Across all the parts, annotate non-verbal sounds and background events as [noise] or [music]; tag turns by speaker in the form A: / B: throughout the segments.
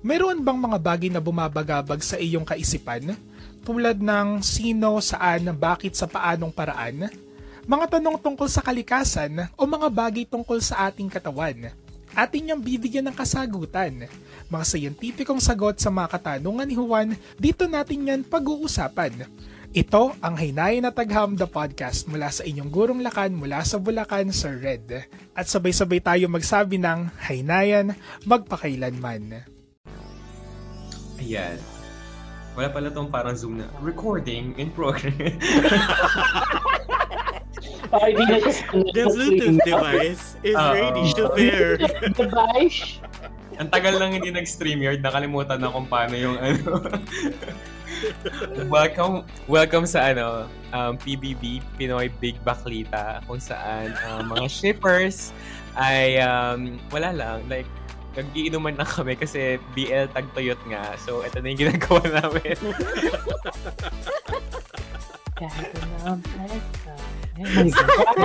A: Meron bang mga bagay na bumabagabag sa iyong kaisipan? Tulad ng sino, saan, bakit, sa paanong paraan? Mga tanong tungkol sa kalikasan o mga bagay tungkol sa ating katawan? Atin niyang bibigyan ng kasagutan. Mga siyentipikong sagot sa mga katanungan ni Juan, dito natin yan pag-uusapan. Ito ang Hinayin at Agham, the podcast mula sa inyong gurong lakan mula sa Bulacan, Sir Red. At sabay-sabay tayo magsabi ng Hainayan, magpakailanman.
B: Ayan. Wala pala tong parang Zoom na recording in progress.
C: Ay, di na siya sanay
D: The
C: sa
D: Bluetooth
C: stream.
D: device is
B: Uh-oh.
D: ready to pair.
C: Device?
B: Ang tagal lang hindi nag-StreamYard, nakalimutan na kung paano yung ano. welcome, welcome sa ano, um, PBB, Pinoy Big Baklita, kung saan um, mga shippers ay um, wala lang, like, nagiinuman lang kami kasi BL tag tuyot nga. So, ito na yung ginagawa namin.
C: Gago na ang pesta. Ay, my God. Ako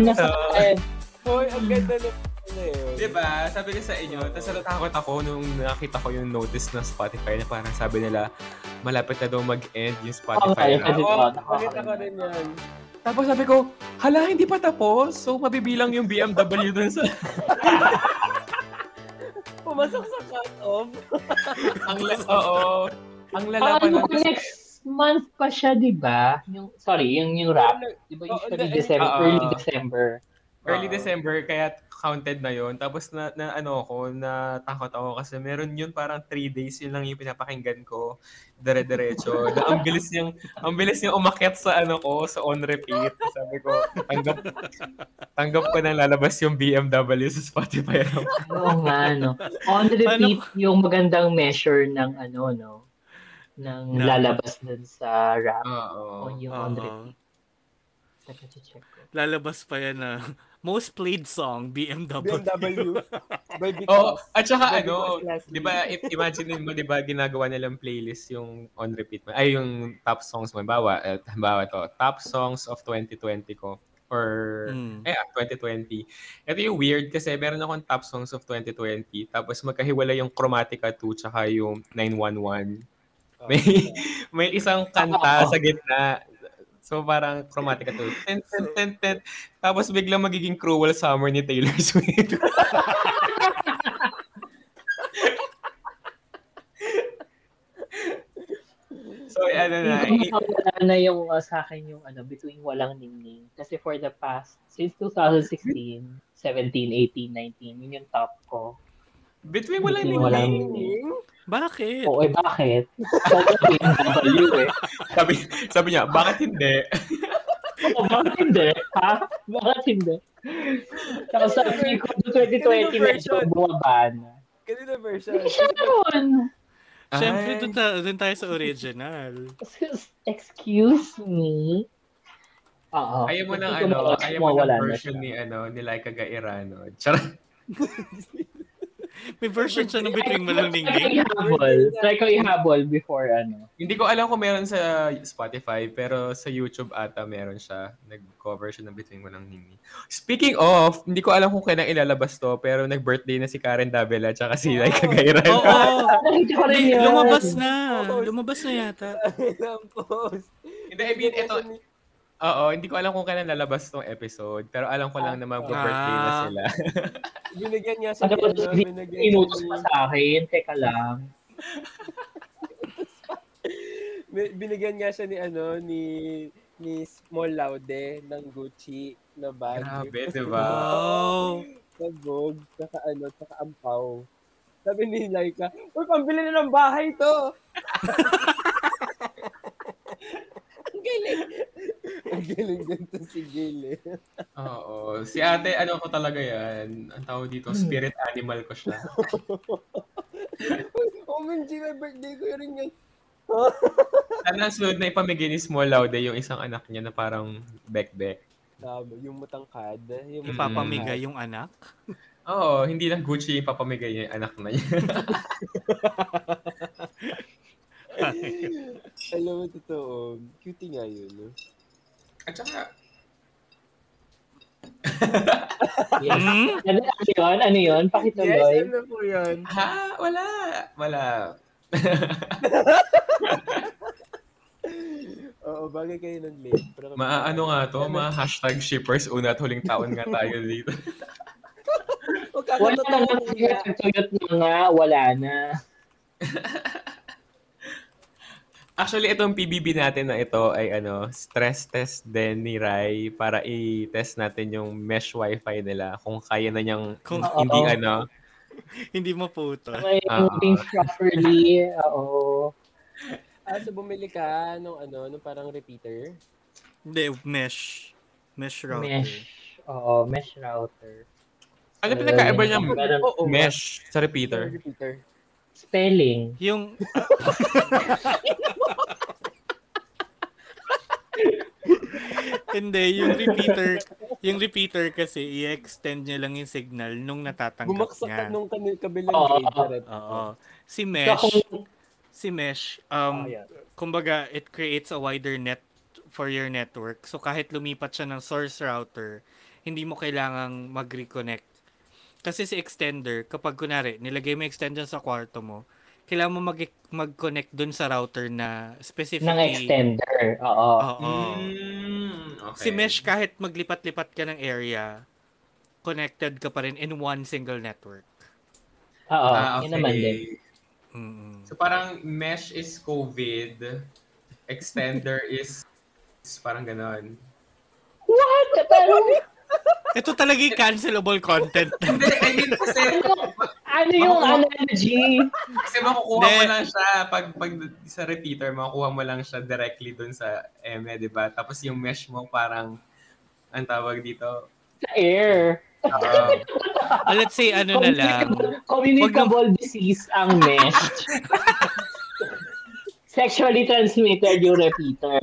C: na sa pesta.
B: Hoy, ang ganda na Diba? Sabi ko sa inyo, tapos natakot ako nung nakita ko yung notice ng Spotify na parang sabi nila, malapit na daw mag-end yung
C: Okay,
B: Spotify.
C: okay, okay.
B: Oo, nakita ko rin yan. Tapos sabi ko, hala, hindi pa tapos. So, mabibilang yung BMW dun sa...
D: Pumasok sa cut-off.
B: [laughs] ang la- Oo. Ang
C: Ah,
B: lalaban
C: ano ko next month pa siya, di ba? Yung, sorry, yung, yung rap. Di ba
B: Oo,
C: usually
B: na-
C: December,
B: oo.
C: early December.
B: Early December, kaya counted na yon Tapos na, na ano ako, natakot ako kasi meron yun parang 3 days yun lang yung pinapakinggan ko. Dire-diretso. [laughs] na ang bilis niyang, ang bilis niyang umakyat sa ano ko, sa on repeat. Sabi ko, tanggap, tanggap ko na lalabas yung BMW sa Spotify.
C: Oo nga, no. On repeat yung magandang measure ng ano, no? ng
D: Na-
C: lalabas dun sa rap.
B: Oo.
C: On yung on
D: Oo.
C: repeat. Teka, check ko.
D: Lalabas pa yan na [laughs] most played song, BMW.
E: BMW. By Vic
B: Oh,
E: Ross.
B: at saka
E: By Vic
B: ano,
E: Ross last
B: di ba, if, imagine mo, di ba, ginagawa nilang playlist yung on repeat mo. Ay, yung top songs mo. Bawa, eh, bawa to, top songs of 2020 ko. Or,
C: Hmm.
B: eh,
D: Mm.
B: ah, 2020. Ito yung weird kasi meron akong top songs of 2020. Tapos magkahiwala yung Chromatica 2 tsaka yung 911.
C: Oh,
B: May, [laughs] may isang
C: [laughs]
B: kanta sa gitna. So parang Chromatica 2. Ten, ten, ten, ten. Tapos biglang magiging Cruel Summer ni Taylor
C: [laughs]
B: [laughs] Swift. so, ano na.
C: Hindi ko mawala na yung uh, sa akin yung ano, between walang ningning. Kasi for the past, since 2016, 17, 18, 19, yun yung top ko.
B: Between walang
C: Between walang
B: ningning.
D: [laughs] Bakit?
C: Oo, eh bakit? Sabi ko yung W [laughs] eh.
B: Sabi, sabi niya, bakit hindi?
C: Oo, Oh, bakit hindi? Ha? Bakit hindi? Tapos
B: Ano
C: sabi ko, noong 2020 medyo bumaba na.
E: Ganun na version.
C: Hindi siya yun.
D: [laughs] Siyempre,
B: Ay.
D: dun, ta- dun tayo sa original.
C: Excuse me? Oo.
B: Ayaw mo ng
C: Hindi ko
B: ano,
C: mawala-
B: ayaw mo
C: mawala
B: ng
C: na
B: version
C: siya.
B: ni ano, ni Laika Gairano. Charot. [laughs]
D: May version siya ng between
C: [laughs]
D: walang
C: Try ko
D: ningning.
C: ihabol. Try ko ihabol before ano.
B: Hindi ko alam kung meron sa Spotify, pero sa YouTube ata meron siya. Nag-cover siya ng Between Walang Nini. Speaking of, hindi ko alam kung kailan ilalabas to, pero nag-birthday na si Karen Davila at saka si Laika Gairan.
D: Oo.
C: Nakita ko rin
D: Di-
C: yun.
D: Lumabas na. Lumabas na yata.
E: Ilang post.
B: [laughs] Hindi, I mean, ito, oo, hindi ko alam kung kailan lalabas tong episode, pero alam ko lang na mag-birthday na
D: Ah.
B: sila.
E: Binigyan niya sa
C: Ano ba
E: ano, binigyan niya
C: Inutos
E: ni-
C: pa sa akin. Teka lang.
E: bi- binigyan nga siya ni ano ni ni Small Laude ng Gucci na bag.
B: Grabe, [laughs] diba?
D: Wow.
E: Sa Vogue, saka ano, saka Ampaw. Sabi ni Laika, Uy, pambili na ng bahay to! [laughs] Ang galing! Ang galing din to si Gil eh.
B: Oo. Si
E: Hmm.
B: ate, ano ko talaga yan? Ang tawag dito, spirit animal ko siya.
E: OMG, may birthday ko rin yun.
B: Sana ang sunod na ipamigay ni Small Laude yung isang anak niya na parang bek-bek.
E: Tama, yung matangkad. Yung [laughs]
B: Mm. Ipapamigay
E: matangkad.
F: yung anak?
B: Mm. Oo, hindi lang Gucci yung papamigay niya yung anak na niya. [laughs]
E: Alam mo, totoo. Cutie nga yun. No?
B: At saka,
C: Yes.
B: Hmm?
C: Ano, ano yun? Ano yun? Pakituloy.
E: ano po yun?
B: ha? Wala. Wala.
E: [laughs] Oo, bagay kayo ng late. Pero-
B: Maaano nga to, mga hashtag shippers, una at huling taon nga tayo dito.
E: Huwag
C: Wala na
E: kakatotoo
C: lang
E: ko
C: tuyot.
E: yan.
C: Tuyot na nga. Wala na.
B: Actually, itong PBB natin na ito ay ano, stress test din ni Rai para i-test natin yung mesh wifi nila kung kaya na niyang
D: Kung-
B: hindi
C: Oo.
B: ano.
D: [laughs] Hindi maputol.
C: May
B: Ah.
C: moving properly. Oo.
E: Ah, so bumili ka nung ano, nung parang
G: [laughs]
E: repeater.
D: Hindi, mesh. Mesh router.
C: Mesh. Oo. Mesh router.
B: Ano
C: So,
B: pinakaiba
C: yun,
B: niya
C: meron-
B: mesh sa repeater?
E: Repeater.
C: Spelling.
D: Yung, hindi, yung repeater, yung repeater kasi, i-extend niya lang yung signal nung natatanggap
E: Bumaksak ka
D: niya.
E: nung kanil- kabilang
C: Oo.
E: favorite.
D: Oo. Si
C: So,
D: mesh,
C: kung-
D: si mesh,
C: Ah,
D: um,
C: yeah.
D: kumbaga, it creates a wider net for your network. So, kahit lumipat siya ng source router, hindi mo kailangang mag-reconnect. Kasi si extender, kapag kunari, nilagay mo yung extension sa kwarto mo, kailangan mo mag- mag-connect dun sa router na specifically...
C: ng extender. Hmm. Oo.
D: Oo.
B: Mm, okay.
D: Si mesh, kahit maglipat-lipat ka ng area, connected ka pa rin in one single network.
C: Oo.
B: Ah,
C: Yun naman din.
B: okay.
D: Mm-mm.
B: So parang mesh is COVID, extender is, is parang ganon.
C: What? Pero,
D: Ito talaga yung cancelable content.
B: Hindi, I mean kasi,
C: ano yung analogy?
B: kasi makukuha mo
D: Hindi.
B: lang siya pag, pag sa repeater, makukuha mo lang siya directly dun sa eme, di ba? Tapos yung mesh mo parang, ang tawag dito,
C: Sa air.
B: ah,
D: Ah, let's say, ano na lang.
C: Communicable- Communicable disease ang
B: [laughs]
C: mesh. Sexually transmitted yung repeater.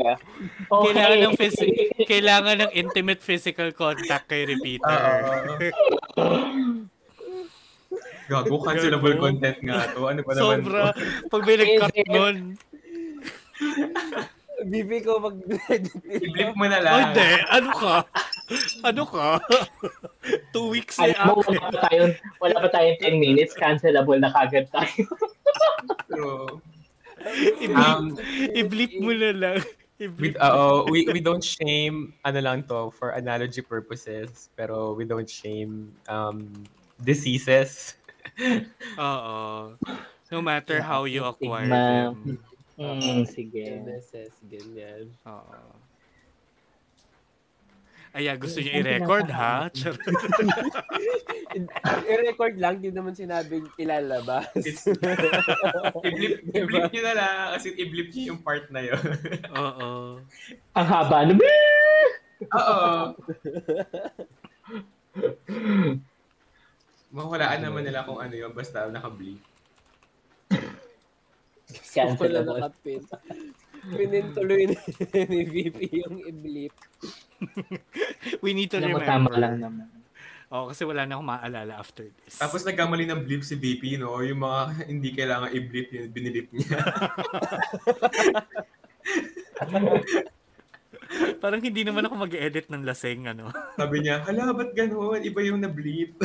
C: Okay.
D: Kailangan ng phys- kailangan ng intimate physical contact
B: Ah,
D: kay repeater.
B: Oo. Gago, cancelable
D: Gago.
B: content nga to. Ano ba naman?
D: Sobra. Pag may nag-cut nun,
E: Bibi ko mag
B: I-blip mo na
D: oh,
B: lang.
D: hindi, ano ka? Ano ka? [laughs] Two weeks na
C: Alam mo,
D: yan.
C: wala pa tayong, wala pa tayong 10 minutes, cancelable na kagad tayo.
B: True.
D: I-bleep,
B: Um,
D: i-bleep mo na lang.
B: we,
D: I-bleep.
B: oo, we, we don't shame, ano lang to, for analogy purposes, pero we don't shame um, diseases.
D: Oo. No matter how you acquire
C: Stigma.
D: them.
B: Hmm,
C: Mm, sige.
E: illnesses, ganyan.
D: Oo. Aya, gusto niyo i-record ha? Charot. [laughs]
E: I-record lang, di naman sinabing ilalabas. [laughs]
B: It's- I-blip, i-blip nyo na lang kasi i-blip nyo yung part na yun.
D: Oo.
C: Ang haba. Ano?
B: Oo. Mawalaan naman nila kung ano yun, basta naka-blip.
E: Wala
C: Cancelable.
E: nakapin. Pinintuloy na ni VP yung i-blip.
D: We need to
C: Tama,
D: remember.
C: tama lang naman.
D: Oo, kasi wala na akong maalala after this.
B: Tapos nagkamali ng blip si BP, no? Yung mga hindi kailangan i-blip yun, binilip niya.
D: [laughs]
B: [laughs]
D: Parang hindi naman ako mag-edit ng laseng, ano. [laughs]
B: Sabi niya, hala, ba't ganun? Iba yung na-blip.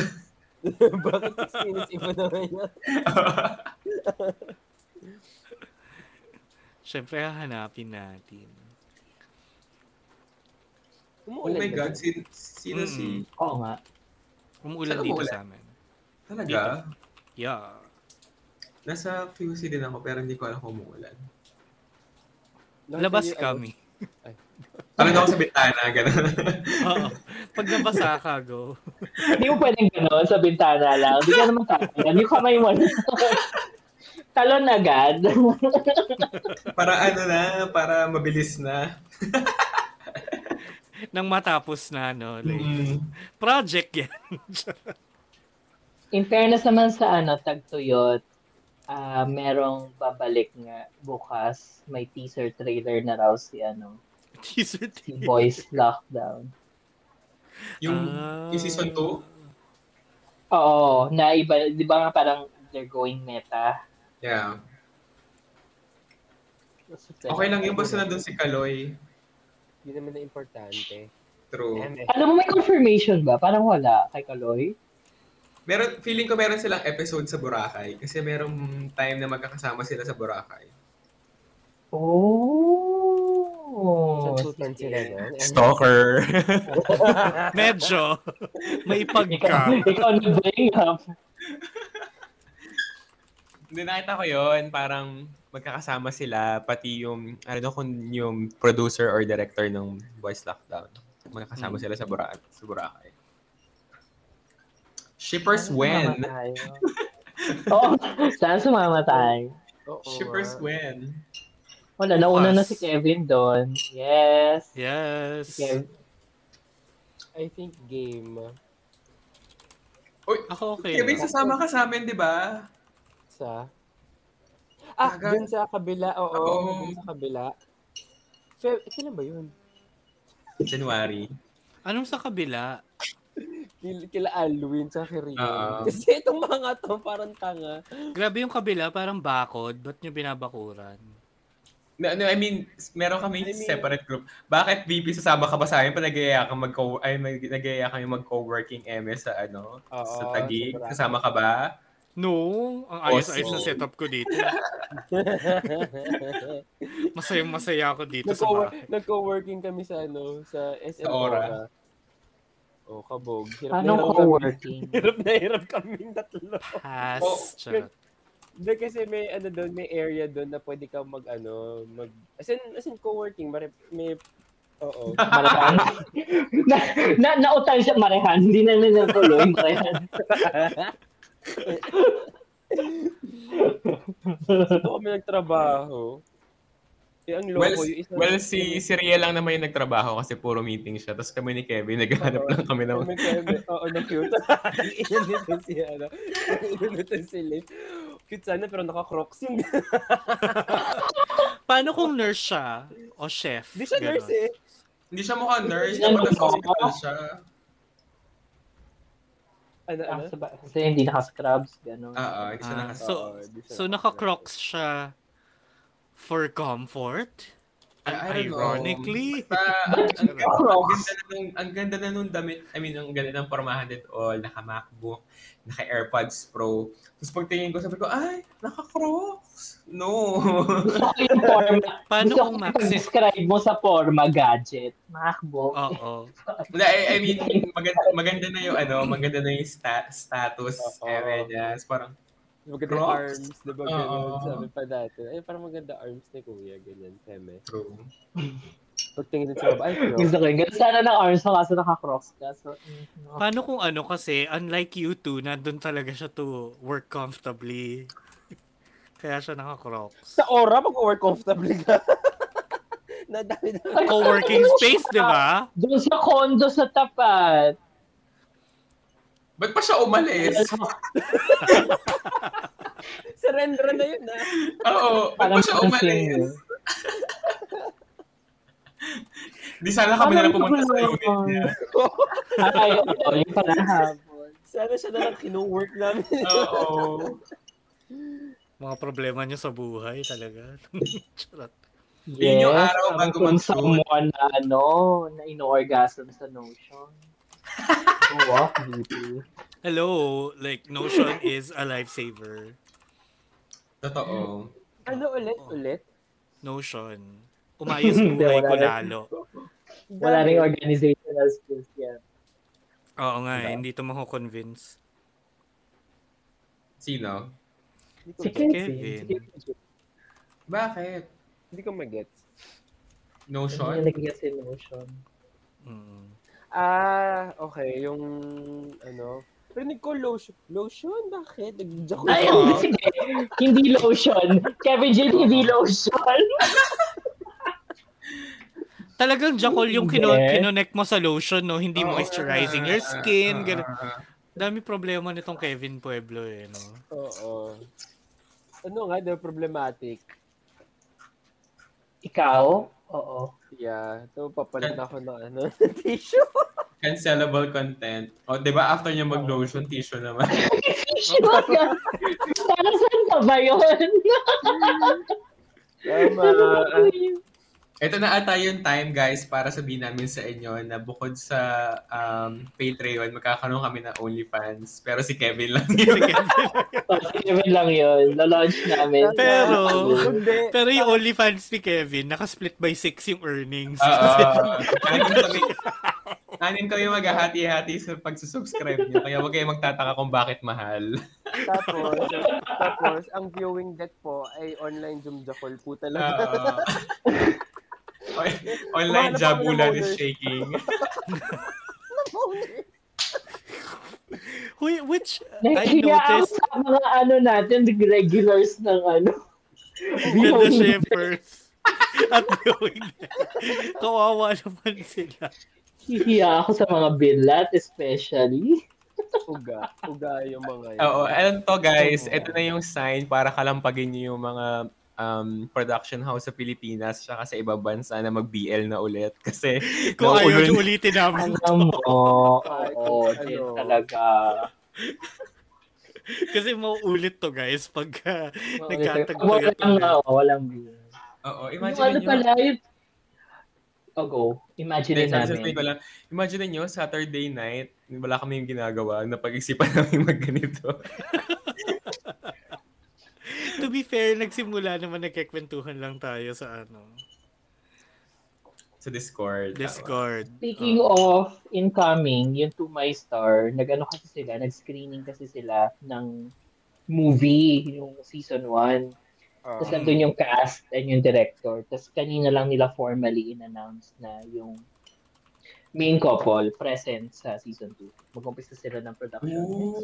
E: Bakit 6 minutes iba naman yun?
D: Siyempre, hahanapin natin.
B: oh my God, sin- sino
D: Mm.
B: si...
C: Oo nga.
D: Umuulan
B: Saan
D: dito
B: umuulan?
D: sa amin.
B: Talaga?
D: Yeah.
B: Nasa QC din ako, pero hindi ko alam kung umuulan.
D: Labas
B: ano?
D: kami. [laughs]
B: Parang ako sa bitana, gano'n. [laughs]
D: Oo. Pag nabasa ka, go.
C: Hindi mo pwedeng gano'n sa bintana lang. Hindi ka naman tatalan. Yung kamay mo lang. Talon agad.
B: para ano na, para mabilis na.
D: Nang matapos na, no. Like,
B: Mm.
D: Project yan. [laughs]
C: In fairness naman sa ano, tagtuyot, ah merong babalik nga bukas. May teaser trailer na raw si ano,
D: Teaser
C: si Boys Lockdown.
B: Yung,
D: Ah.
B: yung season 2?
C: Oo, na iba, di ba nga parang they're going meta?
B: Yeah. Okay lang yung basta nandun si Kaloy.
G: Yun naman na importante. eh.
E: Oh.
B: True.
C: Alam mo, may confirmation ba? Parang wala kay Kaloy.
B: Meron, feeling ko meron silang episode sa Boracay kasi merong time na magkakasama sila sa Boracay.
C: Oh!
G: Consultant sila doon.
H: Stalker.
D: Medyo. [laughs] May pagka.
C: [laughs] Ikaw na bring up.
B: Hindi nakita ko yun, parang magkakasama sila, pati yung, I don't know kung yung producer or director ng Boys Lockdown. Magkakasama sila sa Boracay. Sa Boracay. Shippers when?
C: [laughs] Oo, saan sumama tayo?
B: Shippers when?
C: Wala, nauna na
D: Bukas.
C: si Kevin doon. Yes.
D: Yes.
C: Kev-
G: I think game
D: Ako okay.
B: Kevin, sasama ka sa amin, di ba?
G: sa...
E: Oh
G: Ah,
B: Aga.
G: dun sa kabila. Oo,
B: Oo.
G: dun sa kabila. Feb... Kailan ba yun?
B: January.
D: Anong sa kabila?
G: Kil- Kila Alwin sa Rian.
B: Oo.
E: Ah.
G: Kasi itong mga to parang tanga.
D: Grabe yung kabila, parang bakod. Ba't nyo binabakuran?
B: No, no, I mean, s- meron kami
G: I mean-
B: separate group. Bakit VP sasama ka pa sa amin pa nag-iaya ka mag-co ay mag nag-iaya kami mag-co-working MS sa ano,
G: Oo,
B: sa Taguig.
G: sobra.
B: Kasama ka ba?
D: No, ang ayos-ayos na setup ko
G: [laughs]
D: dito. Masayang-masaya ako dito sa
G: Nagko-
D: bahay.
G: [laughs] Nagko-working kami sa ano, sa SM
B: Sa Aura.
G: Aura. Oh, kabog. Hirap na
C: Anong
G: hirap kami.
C: co-working?
G: [laughs] Hirap na hirap kaming tatlo.
D: Pass.
B: Oh,
D: Charot.
G: Hindi kasi may ano doon, may area doon na pwede ka mag ano, mag as in, as in co-working, mare, may oo.
C: [laughs] Marehan. na, na, nautang siya Marehan. Hindi na na natuloy Marehan.
G: Dito kami nagtrabaho. Eh, ang loko
B: Well,
G: yung isang
B: well si si Ria lang naman yung nagtrabaho kasi puro meeting siya. Tapos kami ni Kevin naghahanap
G: Oo.
B: lang kami ng
G: Kami- kami- eh. Oo, na [laughs] cute. Iyan nito si ano. Iyan nito si Liv. Cute sana pero naka-crocs yung [laughs]
D: Paano kung nurse siya? O chef?
G: Di siya
D: Ganon.
G: nurse eh.
B: Hindi siya mukha nurse,
C: Yan,
B: dapat sa
C: ano?
B: hospital siya.
G: Ano, ano?
C: Kasi ba- Kasi hindi naka-scrubs. Ganun.
B: Oo, hindi siya
D: Ah,
B: naka-
D: so,
G: Oo, Oh, di siya
D: so
G: naka-
D: naka-crocs siya for comfort? And
B: I don't know.
D: ironically?
B: Basta,
G: [laughs]
B: ang, ang, ang,
C: Crocs.
B: ganda na nung, ang ganda na nung damit, I mean, ang ganda ng pormahan at all, naka-MacBook, naka-AirPods Pro. Tapos pagtingin ko, sabi ko, ay, naka-Crocs. No. [laughs]
C: Gusto ko yung forma.
B: Ano
D: Paano
C: Gusto ko
D: kung
C: yung
D: maxi?
C: describe mo sa forma gadget. MacBook.
D: Oo.
B: Wala, I, I mean, maganda, maganda na yung, ano, maganda na yung sta- status,
G: Oo.
B: ere niya. Parang,
G: Maganda
B: Crocs?
G: arms, diba? Ganun,
B: Oo.
G: sabi pa dati. Ay, parang maganda arms ni Kuya, ganyan, Teme.
B: true.
G: Pagtingin sa
C: [laughs]
G: ba, ay, Crocs.
C: Gusto ko yun. Ganun sana ng arms mo kaso naka-crocs ka. So, mm, no.
D: Paano kung ano kasi, unlike you two, nandun talaga siya to work comfortably. Kaya siya naka-crocs.
G: Sa aura, mag-work comfortable ka. [laughs] Nadami na.
D: Co-working space,
G: ano
D: di ba?
C: Doon sa condo sa tapat.
B: Ba't pa siya umalis?
G: [laughs] Surrender na yun, ah.
B: Oo, ba't pa
C: Parang
B: siya
C: pansin
B: umalis? Di sana kami na lang pumunta sa unit niya.
C: Ay,
G: [laughs]
C: oo, yung pala habol.
G: Sana siya na lang kinu-work namin.
B: Oo.
D: Mga problema niya sa buhay talaga. [laughs] Charot.
B: Yun yung araw
C: parang
B: bago
C: kung
B: mag-shoot.
C: someone na ano, na ino-orgasm sa notion. Oo, ah, creepy.
D: Hello, like Notion is a lifesaver.
B: Totoo.
G: ano ulit, ulit?
D: Notion. Umayos buhay ko lalo.
C: Wala rin organizational skills yan.
D: Oo nga, eh, hindi to mako-convince.
B: Sino?
C: Si
D: Kevin.
C: Kevin. Si Kevin.
B: Bakit?
G: Hindi ko mag-gets.
C: Ano
B: Notion?
C: yung nagiging si notion?
D: Mm.
G: Ah, okay. Yung, ano, Rinig ko lotion. Lotion? Bakit? Nag-joke
C: Ay,
G: ako.
C: [laughs] hindi, sige. Hindi lotion. Kevin Jane, hindi
B: [laughs]
C: lotion.
D: Talagang Jacol yung kino-
C: Hindi.
D: kinonek mo sa lotion, no? Hindi
B: Oo,
D: moisturizing your
B: ah,
D: skin.
B: ah,
D: ganun.
B: ah, ah.
D: Dami problema nitong Kevin Pueblo, eh, no?
G: Oo.
E: ano nga, they're problematic.
C: Ikaw? Oo.
E: Yeah, so papalit ako ng ano, tissue.
B: Cancelable content. O, di ba after niya mag-lotion, tissue naman. [laughs]
C: Para saan ka ba yun?
B: Tama. Ito na ata yung time guys para sabihin namin sa inyo na bukod sa um, Patreon, magkakaroon kami ng OnlyFans. Pero si Kevin lang yun.
C: Ah, Kevin lang yun. Na-launch namin.
D: Pero, pero yung OnlyFans ni Kevin, nakasplit by 6 yung earnings. [laughs]
B: Ah, Tanim kami, tanim kami maghahati-hati sa pagsusubscribe niyo. Kaya huwag kayong magtataka kung bakit mahal.
E: tapos, tapos, ang viewing deck po ay online jumjakol po
B: [laughs]
E: talaga.
B: Online
E: Kumahanap ako ng
B: jabula
E: owner.
B: is shaking.
D: Whi- Which, uh, I
C: Nahihiya ako
D: noticed
C: sa mga ano natin, the regulars ng ano.
D: na the shippers [laughs] at going Kawawa naman sila.
C: Hihiya ako sa mga binlat, especially.
E: uga, uga yung mga yun.
B: Oo, alam to guys, ito na yung sign para kalampagin niyo yung mga um, production house sa Pilipinas tsaka sa ibang bansa na mag-BL na ulit [laughs] kasi
D: Kung ayaw
B: nauulan-
D: nyo ulitin namin
C: Alam
D: to.
C: mo,
E: Ay,
C: oo,
E: ano.
C: din talaga.
D: Kasi mauulit to guys pag uh,
C: Wala lang
D: nagkatagtagan.
C: ako, walang binlat.
B: Oo,
C: Yung
B: imagine
C: ano
B: niyo.
C: pala, yung... Oh, go. Imagine
B: Hindi, sorry, sasabihin
C: namin.
B: ko lang. Imagine niyo Saturday night, wala kami yung ginagawa, napag-isipan [laughs] namin magganito.
D: To be fair, nagsimula naman nagkikwentuhan lang tayo sa ano
B: sa Discord.
D: Discord. Oh.
C: Speaking
D: Oo.
C: of incoming, yung To My Star, nag-ano kasi sila, nag-screening kasi sila ng movie, yung season 1.
E: Ah.
C: Tapos nandun yung cast and yung director. Tapos kanina lang nila formally in-announce na yung main couple present sa season 2. Mag-umpisa sila ng
B: Tama.
C: production next week.
D: Oh.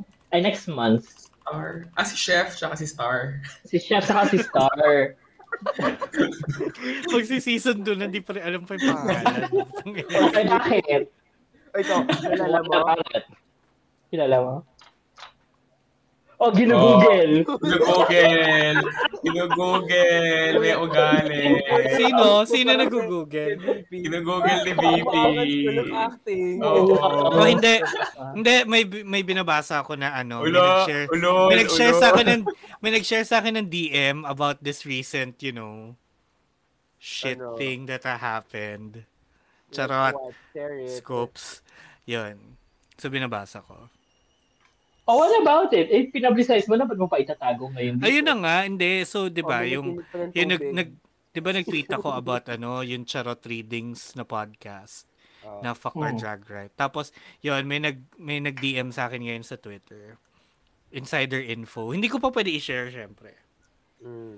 B: Ooh,
C: Ay, next month.
B: Star. Ah, si Chef, tsaka si Star.
C: Si Chef saka si Star. [laughs]
D: Pag si season 2 na di pa rin alam pa yung pangalan.
C: [laughs] Ay, bakit?
E: Ay, ito, nalala mo?
C: Kilala mo? Oh, ginugugel.
B: Oh, Ginugugel! Ginugugel! May ugali!
D: Sino? Sino nag-google?
B: Ginugugel ni
E: Ang
B: BP.
E: angas ko ng acting.
B: Oo.
D: Oh, hindi. Hindi, may, may binabasa ako na ano. may
B: Ulo,
D: nag-share.
B: ulo,
D: May nag-share
B: ulo.
D: sa akin ng may nag-share sa akin ng DM about this recent, you know, shit
E: Ano?
D: thing that ha- happened. Charot,
E: What? Share it.
D: scopes. 'Yun. So binabasa ko.
C: Oh, what about it? Eh, pinablisize mo na, ba't mo pa itatago ngayon?
D: Ayun na nga, hindi. So 'di ba,
E: Oh,
D: yung
E: minipinit pa ng
D: yung nag,
E: tubig.
D: nag 'di ba nag-tweet ako about ano, yung charot readings na podcast
E: Ah.
D: na fuck
B: Hmm.
D: or drag right. Tapos 'yun, may nag may nag-DM sa akin ngayon sa Twitter. Insider info. Hindi ko pa pwede i-share, syempre.
E: Mm.
C: Hmm.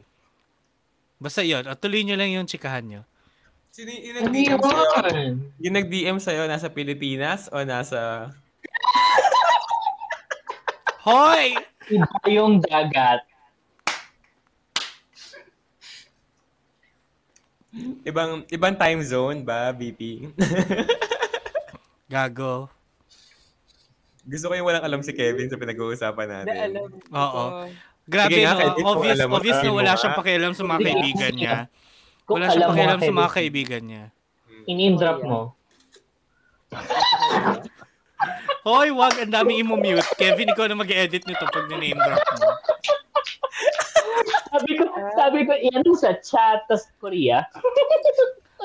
D: Basta 'yun, at tuloy nyo lang yung chikahan nyo.
B: Sino
C: Ano
B: yung yung nag-DM sa'yo?
C: yun?
B: Yung nag-DM sa'yo, nasa Pilipinas o nasa...
D: Hoy!
C: Iba yung dagat.
B: Ibang ibang time zone ba, BP?
D: Gago.
B: [laughs] Gusto ko yung walang alam si Kevin sa pinag-uusapan natin.
E: Na alam.
D: Oo.
E: ko.
D: Grabe,
B: Sige nga,
D: no?
B: Kevin,
D: obvious,
B: kung alam mo,
D: obvious na
B: sabihin
D: wala
B: mo,
D: siyang
B: ah.
D: pakialam sa mga
C: Hindi,
D: kaibigan
C: kasi
D: niya.
C: Kung
D: Wala siyang
C: alam mo
D: pakialam
C: nga,
D: sa mga
C: Kevin,
D: kaibigan niya.
C: In-drop mo.
D: Hoy, wag, ang daming imumute. Kevin, ikaw na mag-edit nito pag name drop mo.
C: Sabi ko, sabi ko, yan yung sa chat, tas Korea.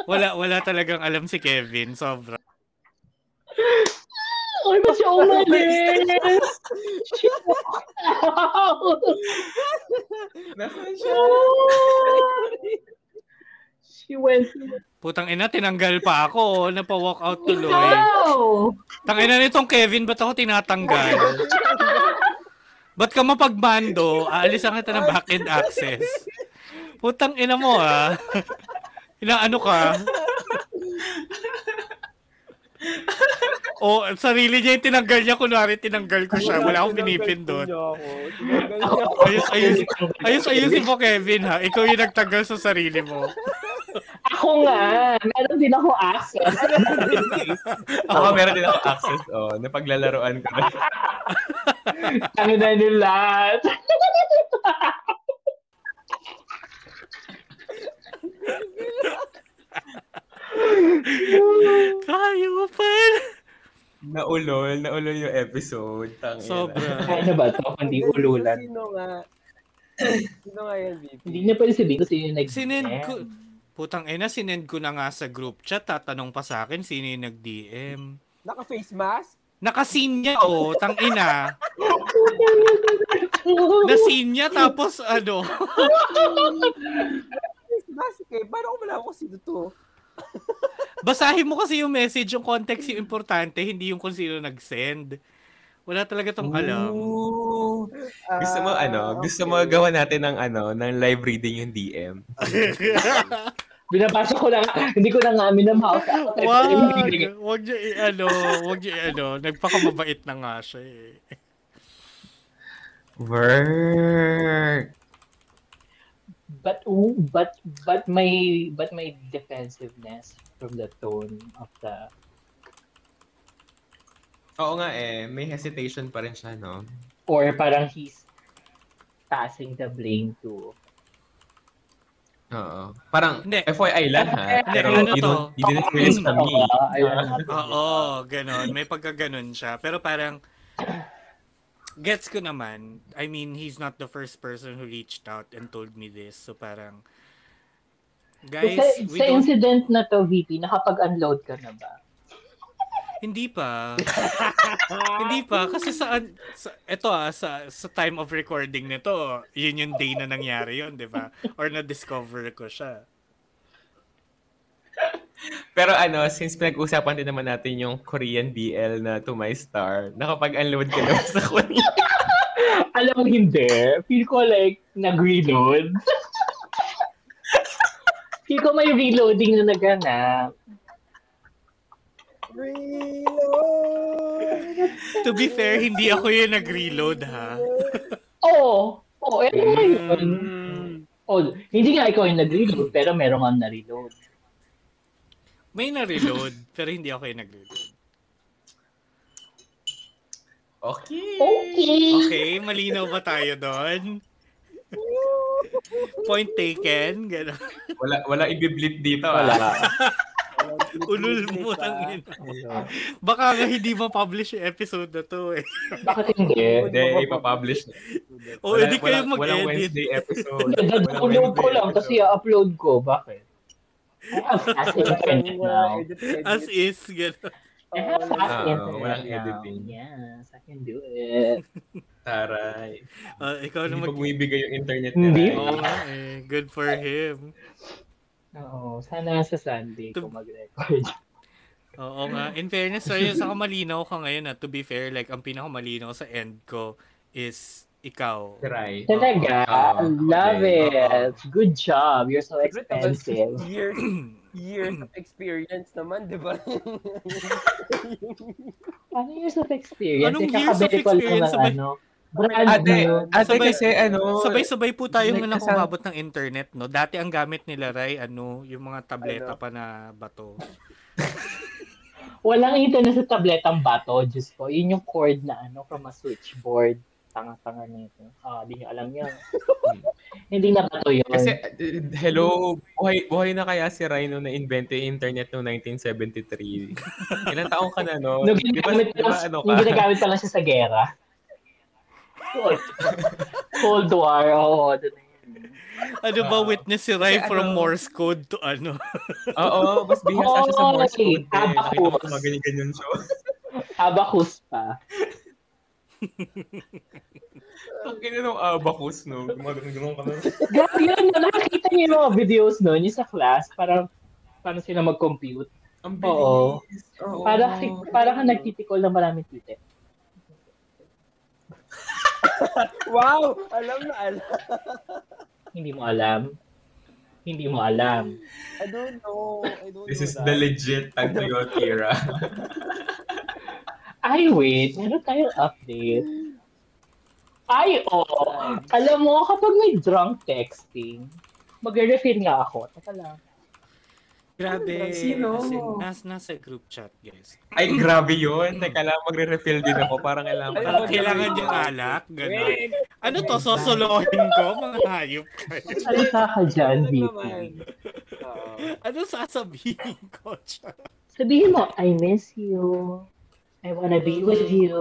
D: Wala, wala talagang alam si Kevin, sobra.
C: Ay, ba siya umalis? Shit.
B: Nasaan siya?
C: Oh. She went
D: Putang ina, tinanggal pa ako. Napa-walk out tuloy.
C: Wow!
D: Tangina nitong Kevin, ba't ako tinatanggal? Ba't ka mapagbando? Aalisan kita ng back-end access. Putang ina mo ah. Inaano ka? oh, ang sarili niya yung tinanggal niya. Kunwari, tinanggal ko siya. Wala akong pinipindot.
E: Tinanggal niya ako. Tinanggal niya ako.
D: Ayos, ayos. Ayos, ayusin mo, Kevin, ha? Ikaw yung nagtanggal sa sarili mo.
C: Ako nga, meron din ako access.
B: Ako meron din ako access. Oh, napaglalaroan ko na.
C: [laughs] Ano na nila?
B: Naulol, naulol yung episode. Tangina. [laughs]
D: Sobra.
C: Ano ba to? Hindi ululan.
E: Sino nga? Sino nga yan, VP?
C: Hindi niya pwede sabihin kasi yung nag Eh,
D: Sinend ko, putang ina, sinend ko na nga sa group chat, tatanong pa sa akin sino yung nag-DM.
E: Naka-face mask?
D: Nakasin niya, oh, tang ina. Nasin niya, tapos ano, [laughs]
E: Face mask, eh. Paano ko malaman kung sino to?
D: basahin mo kasi yung message, yung context yung importante, hindi yung kung sino nag-send. Wala talaga tong alam.
B: Ooh. Gusto mo,
E: Ah,
B: ano, gusto
E: okay.
B: mo gawa natin ng, ano, ng live reading yung DM.
C: Binabasa ko lang, hindi ko na nga amin na maus.
D: Wag, wag niya i-ano, wag niya i-ano, nagpakamabait na nga siya eh.
B: Work.
C: But, ooh, but, but my, but my defensiveness from the tone of the,
B: Oo nga eh, may hesitation pa rin siya, no?
C: or parang he's passing the blame to,
B: Oo. Parang,
D: Hindi.
B: FYI lang ha.
D: Hindi,
B: Pero
D: ano
B: you
D: to?
B: don't, you didn't really
C: Ah,
B: tell me.
C: ayun.
D: Oo, ganon. May pagkaganon siya. Pero parang, gets ko naman. I mean, he's not the first person who reached out and told me this. So parang, guys,
C: sa,
D: we
C: sa
D: don't,
C: incident na to, VP, nakapag-unload ka na ba?
D: hindi pa. [laughs] hindi pa. Kasi saan, sa, eto ah, sa, sa time of recording nito, yun yung day na nangyari yun, di ba? Or na-discover ko siya.
B: Pero ano, since pinag-usapan din naman natin yung Korean BL na To My Star, nakapag-unload ka naman sa Korea.
C: Alam mo, hindi. Feel ko like, nag-reload. Feel ko may reloading na naganap.
D: To be fair, hindi ako yung nag-reload ha.
C: Oo. Oo, eh, ano nga yun?
E: Mm.
C: Oh, hindi nga ikaw yung nag-reload, pero meron kang na-reload.
D: May na-reload, pero hindi ako yung nag-reload.
B: Okay.
C: Okay.
D: Okay, malinaw ba tayo
B: [laughs]
D: doon? Point taken, gano'n.
B: Wala, wala ibiblip dito. ah.
D: Ulul mo tang ina. Baka nga hindi ma-publish yung episode na to eh.
C: Bakit hindi?
B: Hindi, ipapublish na.
D: O Oh, hindi kayo
B: walang- walang
D: mag-edit.
B: Wednesday episode. Walang
C: Dad-download ko
B: Wednesday
C: lang kasi
B: episode.
C: upload ko. Bakit? I have fast internet now.
D: As is, gano'n.
C: I have fast
B: Ah,
C: internet
B: walang
C: now.
B: editing.
C: Yes, I can do it.
B: Taray.
D: Ah, ikaw
B: Hindi
D: na
B: pa
D: mag-
B: bumibigay yung internet
C: Hindi.
B: nila.
D: Oo nga eh. Good for him.
C: Oo, sana sa Sunday ko
D: Tum-
C: mag-record.
B: [laughs]
D: Oo nga. In fairness, sorry, sa malinaw ka ngayon ah. To be fair, like, ang pinakamalinaw sa end ko is ikaw.
B: Taray.
C: Talaga,
B: Ah,
C: I love
B: okay.
C: it. Good job. You're so expensive.
E: Years, years [laughs] of experience naman, di ba?
C: Paano Ano years of experience?
D: Anong
C: Ikaw,
D: years of
C: kabili ko lang ng
D: experience? Sabay-
C: ano, brand
B: Ate,
C: new.
B: ate
D: [clears throat] Sabay-
B: kasi ano,
D: Sabay-sabay po tayo
B: Like,
D: like, na
B: kasama-
D: kumabot ng internet, no? Dati ang gamit nila, Ray, ano, yung mga tableta pa na bato.
C: Walang internet sa tabletang bato, Diyos ko. Yun yung cord na ano, from a switchboard. Tanga-tanga nito. Ah, di nyo alam
B: [laughs]
C: yun. Hindi na bato yun.
B: Kasi, uh, hello, buhay, buhay na kaya si Rhino na invento yung internet noong
D: [laughs]
B: 1973. Ilang taong ka na, no?
C: no,
B: Di ba,
C: ginagamit,
B: di
C: pa
B: ba
C: lang,
B: ano
C: yung
B: ka?
C: ginagamit pa lang siya sa gera.
B: [laughs]
C: Cold, Cold War, oo. doon na yun.
D: Ano ba witness si Ray
B: Kasi
D: from
B: ano-
D: Morse code to ano?
B: Oo, mas bihasa siya sa
C: Oo,
B: Morse
C: okay.
B: code. Eh. Nakita ko
C: Tapos.
B: mga ganyan-ganyan siya.
C: Abacus pa.
B: [laughs] Ang ganyan ng abacus, no? Gumagano'n ka na.
C: Grabe yun, no? nakakita niyo yung mga videos nun, yung sa class, parang paano sila mag-compute.
B: Ang
C: Oo.
B: bilis. Oo.
C: Para para kang nagtitikol ng maraming eh. titik.
E: [laughs] wow! Alam na alam.
C: Hindi mo alam. Hindi mo alam.
E: I don't know. I don't
B: This
E: know
B: is
E: that.
B: the legit Tagtuyot era. [laughs]
C: Ay, wait. Meron tayong update. Ay, oo. Alam mo, kapag may drunk texting, mag-refin nga ako. Teka lang.
D: Grabe.
B: Sino?
D: As in, nas, nasa group chat, guys.
B: Ay, grabe yun. Teka lang, magre-refill din ako. Parang kailangan ko.
D: Parang kailangan yung alak, gano'n.
E: Wait,
D: Ano to, sosolohin ko? Mga hayop kayo.
C: Ano ka ka dyan,
E: ano
C: VP?
E: naman? Oo.
D: Ano sasabihin ko? [laughs] Char?
C: Sabihin mo, I miss you. I wanna be with you.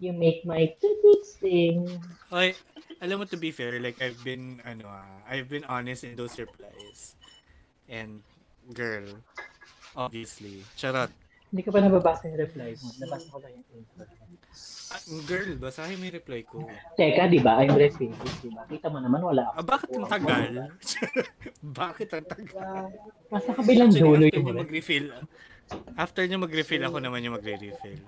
C: You make my toot sing.
D: Okay, alam mo to be fair, like I've been ano ah, I've been honest in those replies. And girl, obviously, charot.
C: Hindi ka pa nababasa yung replies mo. Nabasa ko lang yung intro.
D: Ah, girl, basahin mo yung reply ko.
C: Teka, di ba? I'm refused, di ba? Kita mo naman, wala
D: Ah,
C: ako.
D: bakit ang tagal? [laughs] bakit ang tagal?
C: Nasa kabilang dulo eh?
D: Actually,
C: yung
D: after niya
C: rep.
D: mag-refill. After niya mag-refill, ako naman yung magre-refill.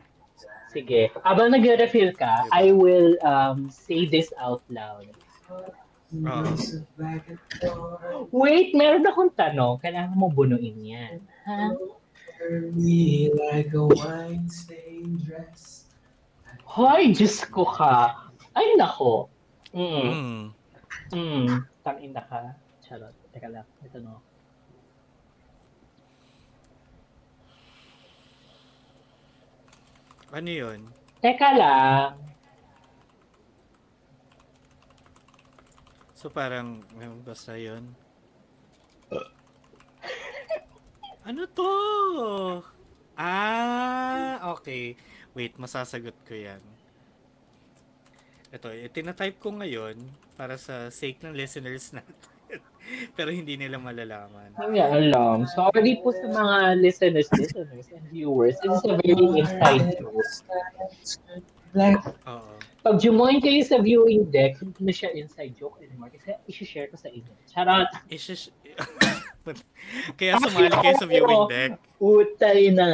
C: Sige. Habang nagre-refill ka, I will um say this out loud.
D: Oo.
C: Wait, meron akong tanong. Kailangan mo bunuin yan. Ha? Hoy, Diyos ko ka. Ay, nako. Mm.
D: Mm.
C: Mm. Tangin na ka. Charot. Teka lang. Ito no.
D: Ano yun?
C: Teka lang.
D: So parang, um, basta yun. ano to? Ah, okay. Wait, masasagot ko yan. Ito, eh, tinatype ko ngayon para sa sake ng listeners natin. [laughs] Pero hindi nila malalaman.
C: Hindi alam. Sorry po sa mga listeners, listeners, and viewers. This is a very inside joke.
D: Oo.
C: Pag jumoin kayo sa viewing deck, hindi na siya inside joke anymore. Kasi isi-share ko sa inyo. Charot!
D: Isish... [laughs] Kaya sumali kayo sa viewing deck.
C: Utay na.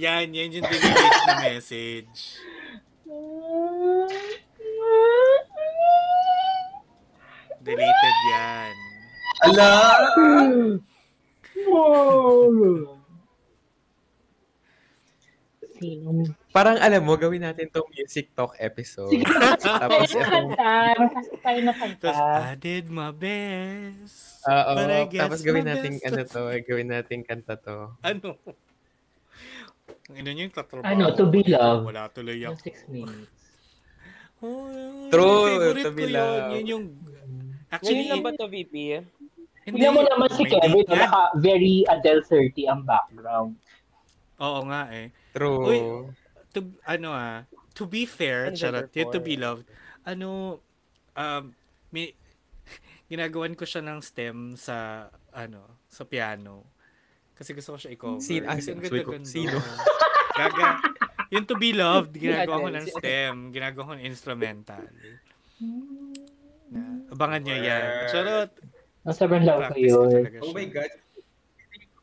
D: Yan, yan yung delete na message. Deleted yan.
C: Wow! Sino?
B: Parang alam mo, gawin natin tong music talk episode.
C: Tayo
B: Tapos itong,
C: kanta. Kasi tayo na kanta.
D: Tapos, I did my best.
B: Ah. oo,
D: but I guess
B: tapos gawin
D: my
B: natin,
D: best-
B: ano to, gawin natin kanta to.
D: [laughs] Ano? Ang ina niyo yung tatrabaho.
C: Ano, to be loved.
D: Wala tuloy
C: Yung
D: ako.
C: six minutes.
D: Oh,
B: True,
D: yung favorite
B: to be
D: ko yun.
B: loved.
D: Yun yung... Actually,
E: [laughs] Ngayon lang ba to VP?
C: Tingnan mo naman si
D: May
C: Kevin,
D: date yan.
C: naka very Adele 30 ang background.
D: Oo nga eh.
B: True.
D: Uy. to ano ah, to be fair,
E: Ano
D: charot,
E: gagawin
D: yet to
E: for?
D: be loved. Ano um may, [laughs] ginagawan ko siya ng stem sa ano, sa piano. Kasi gusto ko siya i-cover.
B: Sino- ah,
D: Kasi ang
B: sino- sabi ko,
D: ganda-ganda.
B: sino?
D: [laughs] Gaga. Yung to be loved, ginagawa ko
E: Adele,
D: ng
E: si Adele.
D: stem, ginagawa ko ng instrumental.
E: Hmm.
D: Na- Abangan niyo yan. Charot.
C: Ang sobrang love ko
D: Practice ko
C: yun.
D: talaga
B: Oh my
D: siya.
B: God.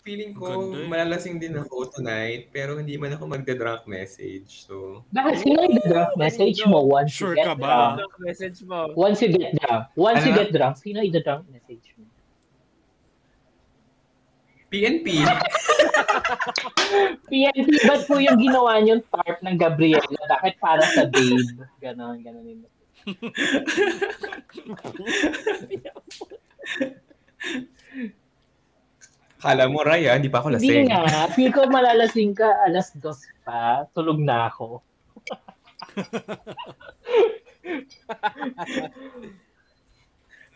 B: Feeling ko,
D: Ganda eh.
B: malalasing din ako tonight, pero hindi man ako magda-drunk message. So,
C: Bakit sino yung drunk message mo once
D: Sure
C: you get
D: ka ba?
C: drunk?
E: message mo.
C: Once you get drunk. Once you
B: Ano?
C: get drunk, sino yung drunk message mo?
B: PNP.
C: PNP, ba't po yung ginawa niyong tarp ng Gabriela? Bakit para sa babe? Ganon, ganon yun.
B: Kala mo, Raya, hindi pa ako
C: Hindi
B: lasing.
C: nga, feel ko malalasing ka alas dos pa, tulog na ako.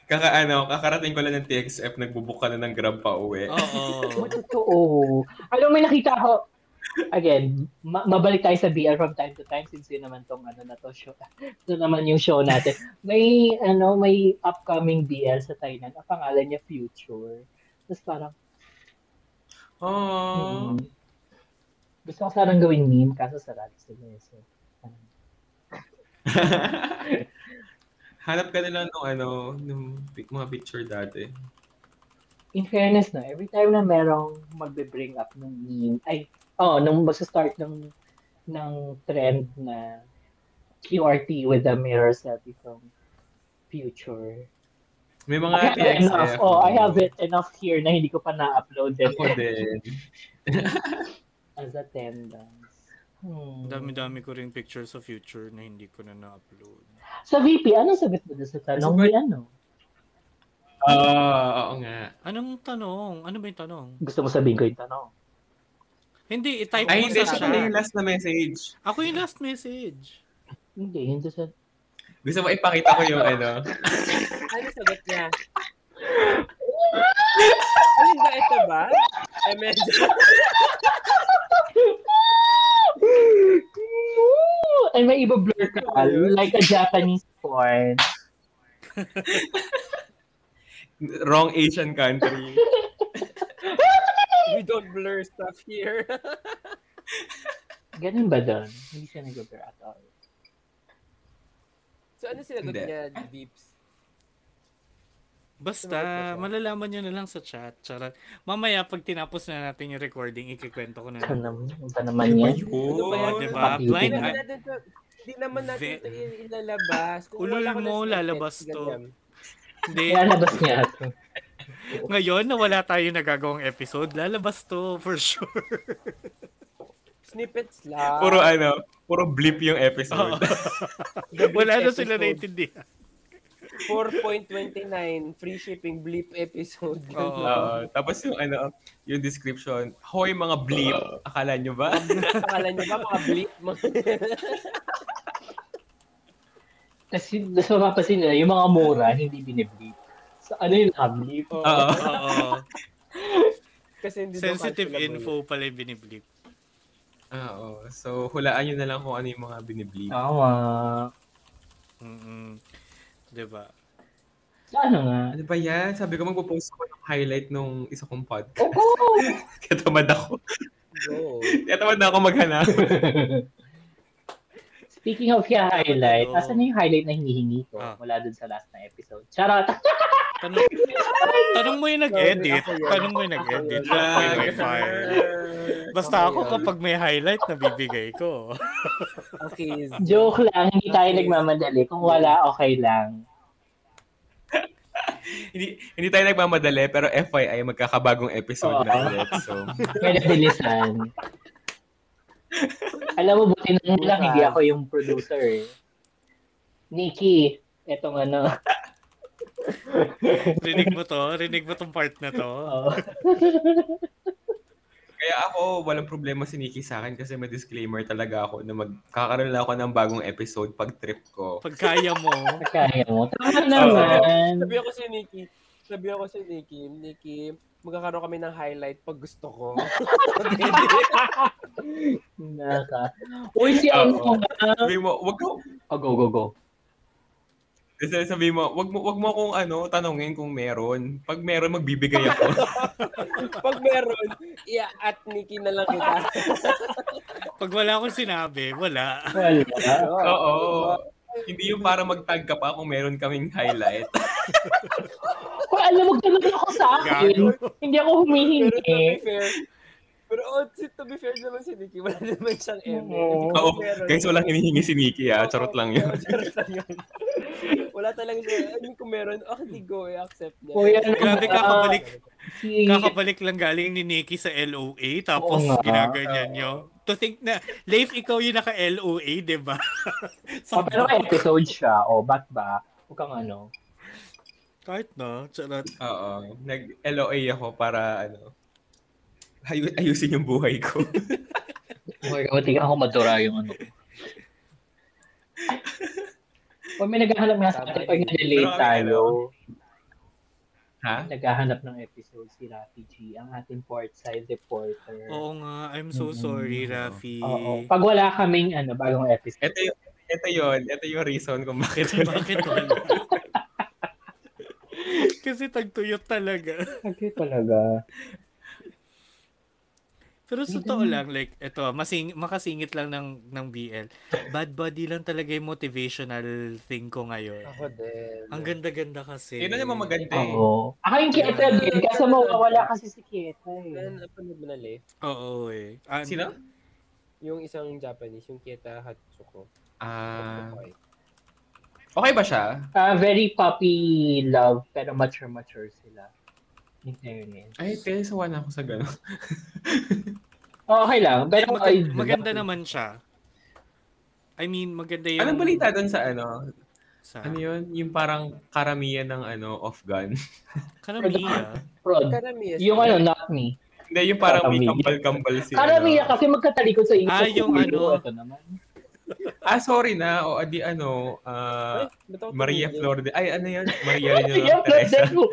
B: Kaka, ano, kakarating ko lang ng TXF, nagbubook ka na ng grab pa uwi. [laughs]
D: Oo.
C: Totoo. Alam mo, may nakita ako, again, ma- mabalik tayo sa BR from time to time since yun naman tong ano na to show. [laughs] Ito naman yung show natin. May, ano, may upcoming BL sa Thailand. Ang pangalan niya Future. Tapos parang,
B: Oh.
D: Mm-hmm.
C: mm, gusto ko sarang gawing meme kaso sarado sa so, ano.
B: [laughs] Hanap ka nila nung ano, nung pic- mga picture dati.
C: in fairness na, every time na merong magbe-bring up ng meme, ay, oh, nung magsa-start ng, ng trend na QRT with the mirror selfie from future.
B: May mga
C: I have enough.
B: TXF.
C: Oh, I have it enough here na hindi ko pa na-upload
B: Ako din.
C: as attendance. Hmm.
D: Ang Dami-dami ko rin pictures of future na hindi ko na na-upload.
C: Sa VP, anong sagot mo dun sa tanong ni ano?
B: Ah, oo nga.
D: Anong tanong? Ano ba yung tanong?
C: Gusto mo sabihin ko yung tanong?
D: Hindi, i-type
B: Ay,
D: mo
B: hindi.
D: sa
B: Siya
D: siya.
B: pala yung last na message.
D: Ako yung last message.
C: Hindi, hindi sa...
B: Gusto mo ipakita ko yung ano.
E: Ano sagot [laughs] niya? [laughs] Alin ba ito ba? Eh, medyo.
C: and Oh, may iba-blur ka, like a Japanese porn.
B: Wrong Asian country.
E: We don't blur stuff here. [laughs]
C: Ganun ba doon? Hindi siya nag-blur at all.
E: so ano sinagot
B: Hindi.
E: niya, Vips?
D: Basta, malalaman nyo na lang sa chat. Charot. Mamaya, pag tinapos na natin yung recording, ikikwento ko na
C: Ikaw
D: lang.
C: naman,
B: Ano
C: iba naman yan.
E: Ano
D: Oo,
E: ba yan?
D: Oh, di ba?
C: Pakitin
D: Blind
E: Hindi naman
D: i-
E: natin to, hindi naman natin
D: Ve-
E: to il- ilalabas. Kung
D: Ulol
E: wala ka na
D: mo,
E: scripted,
D: lalabas to.
E: ganyan.
D: Hindi.
C: Lalabas niya.
D: Ngayon, na wala tayo nagagawang episode, lalabas to for
B: [laughs]
D: sure.
E: Snippets lang.
B: Puro ano, puro blip yung episode.
D: wala na sila naiintindihan.
B: [laughs]
E: 4.29 free shipping bleep episode.
D: Oo.
B: Oo. tapos yung ano, yung description, Hoy mga blip, akala nyo ba?
E: [laughs] Akala niyo ba mga bleep?
D: [laughs]
C: Kasi, tapos mapapansin nila, yung mga mura, hindi biniblip. So, ano yung nakablip?
B: Oo.
D: Oo.
E: Kasi hindi daw
D: Sensitive
E: calculable.
D: info pala yung biniblip.
B: [laughs] Oo. So, hulaan nyo na lang kung ano yung mga biniblip.
C: Tawa.
D: Mm-mm. Diba?
C: So, ano nga?
B: Ano ba yan? Sabi ko magpo-post ako ng highlight nung isa kong podcast. [laughs]
C: Oo!
B: Kaya tamad ako.
E: Go.
B: Kaya tamad na ako maghanap. [laughs]
C: Speaking of yung highlight,
D: Oo.
C: asan na yung highlight na hinihingi ko
D: Ah.
C: mula dun sa last na episode? Charot! [laughs]
D: Tanong, tanong mo yung nag-edit.
E: Sorry, ako yun.
D: Tanong mo yung nag-edit.
E: Ako
D: Tanong mo yung
B: yun.
D: may file. Basta ako kapag may highlight, nabibigay ko.
E: Okay.
C: Joke lang, hindi tayo
E: Okay.
C: nagmamadali. Kung wala, okay lang.
B: hindi, hindi tayo nagmamadali, pero FYI, magkakabagong episode na
C: Oo.
B: ulit. So,
C: Medyo bilisan. Alam mo, buti na lang hindi ako yung producer eh. Nikki, etong ano.
D: Rinig mo to? Rinig mo tong part na to?
C: Oh.
B: kaya ako, walang problema si Nikki sa akin kasi may disclaimer talaga ako na magkakaroon lang ako ng bagong episode pag trip ko.
D: Pag kaya mo,
C: Kaya mo. Tama naman.
E: Sabi ako si Nikki. Sabi ako si Nikki. Nikki, magkakaroon kami ng highlight pag gusto ko. [laughs]
C: Naka. Uy, si ano nga.
B: Sabi mo, wag ko,
C: Oh, go, go, go.
B: Kasi sabi mo, wag mo wag mo akong ano, tanongin kung meron. Pag meron
C: [laughs]
B: magbibigay ako.
E: pag meron, i-at Nikki na lang kita.
D: pag wala akong sinabi, wala.
C: Wala.
B: Oo. Hindi yung para magtag ka pa kung meron kaming highlight.
C: Kung alam mo, ganun ako sa akin.
D: Gago.
C: Hindi ako
E: Pero to be
C: humihingi.
E: fair, pero oh, si- to be fair naman si Nikki, wala naman siyang M.
C: Oo.
B: Oo. Guys, walang hinihingi si Nikki ah. Charot lang yun.
E: Charot lang yun. Wala talaga siya. I mean, kung meron, oh, hindi go, i-accept niya.
C: Kuya, ano
D: Grabe,
C: ba?
D: kakabalik,
C: Si...
D: kakabalik lang galing ni Nikki sa LOA, tapos
C: Oo nga.
D: ginaganyan nyo. To think na, Leif, ikaw yung naka-LOA, di ba? [laughs]
C: Oh, pero may episode siya. O, oh, back ba? Huwag kang ano.
D: Kahit na, charot.
B: [laughs] Oo. Nag LOA ako para ano ayu- ayusin yung buhay ko.
C: Okay, kamuti ako madura yung ano. Pag may naghahanap nga sa atin, pag na-delay
B: Pero kami,
C: tayo,
B: [laughs] ha?
C: naghahanap ng episode si Rafi G, ang ating portside reporter.
D: Oo nga, I'm so sorry, Rafi.
C: Oo. Pag wala kaming ano, bagong episode.
B: Ito yung ito yun. Ito yung reason kung bakit
D: Kasi bakit wala? Kasi tagtuyot talaga.
C: Okay talaga.
D: Pero sa totoo lang, like, eto, masing, makasingit lang ng, ng BL. Bad body lang talaga yung motivational thing ko ngayon.
E: Ako din.
D: Ang ganda-ganda
B: [laughs]
D: kasi.
B: Ah, Yun na naman maganda eh.
C: Oo. Ako yung Kieta din, kasi mawawala kasi si Kieta eh.
E: Ano, napanood mo na, Le?
D: Oo eh. An-
B: Sino?
E: Yung isang Japanese, yung Kieta Hatsuko.
B: Ah,
E: Okay.
B: okay ba siya?
C: Ah, very puppy love, pero mature-mature sila. Yun na yun eh.
B: Ay, te, sawa na ako sa gano'n.
C: Oh, okay lang. Pero
D: Mag-
C: ay,
D: maganda naman siya. I mean, maganda yung...
B: Anong balita doon sa ano?
D: Sa,
B: Ano yun? Yung parang karamihan ng ano, off-gun.
D: karamihan.
C: Prod.
E: Karamihan.
C: Yung ano, not me.
B: [laughs] Hindi, yung parang may
C: Karamihan.
B: kambal-kambal sila.
C: Karamihan kasi magkatalikod sa inyo.
D: Ah, yung ano.
C: Ito naman. [laughs]
B: Ah, sorry na. O, adi ano, ah, Maria Flor de... Ay, ano yan? [laughs] Maria
C: Yung
B: Leonor Teresa.
C: mo.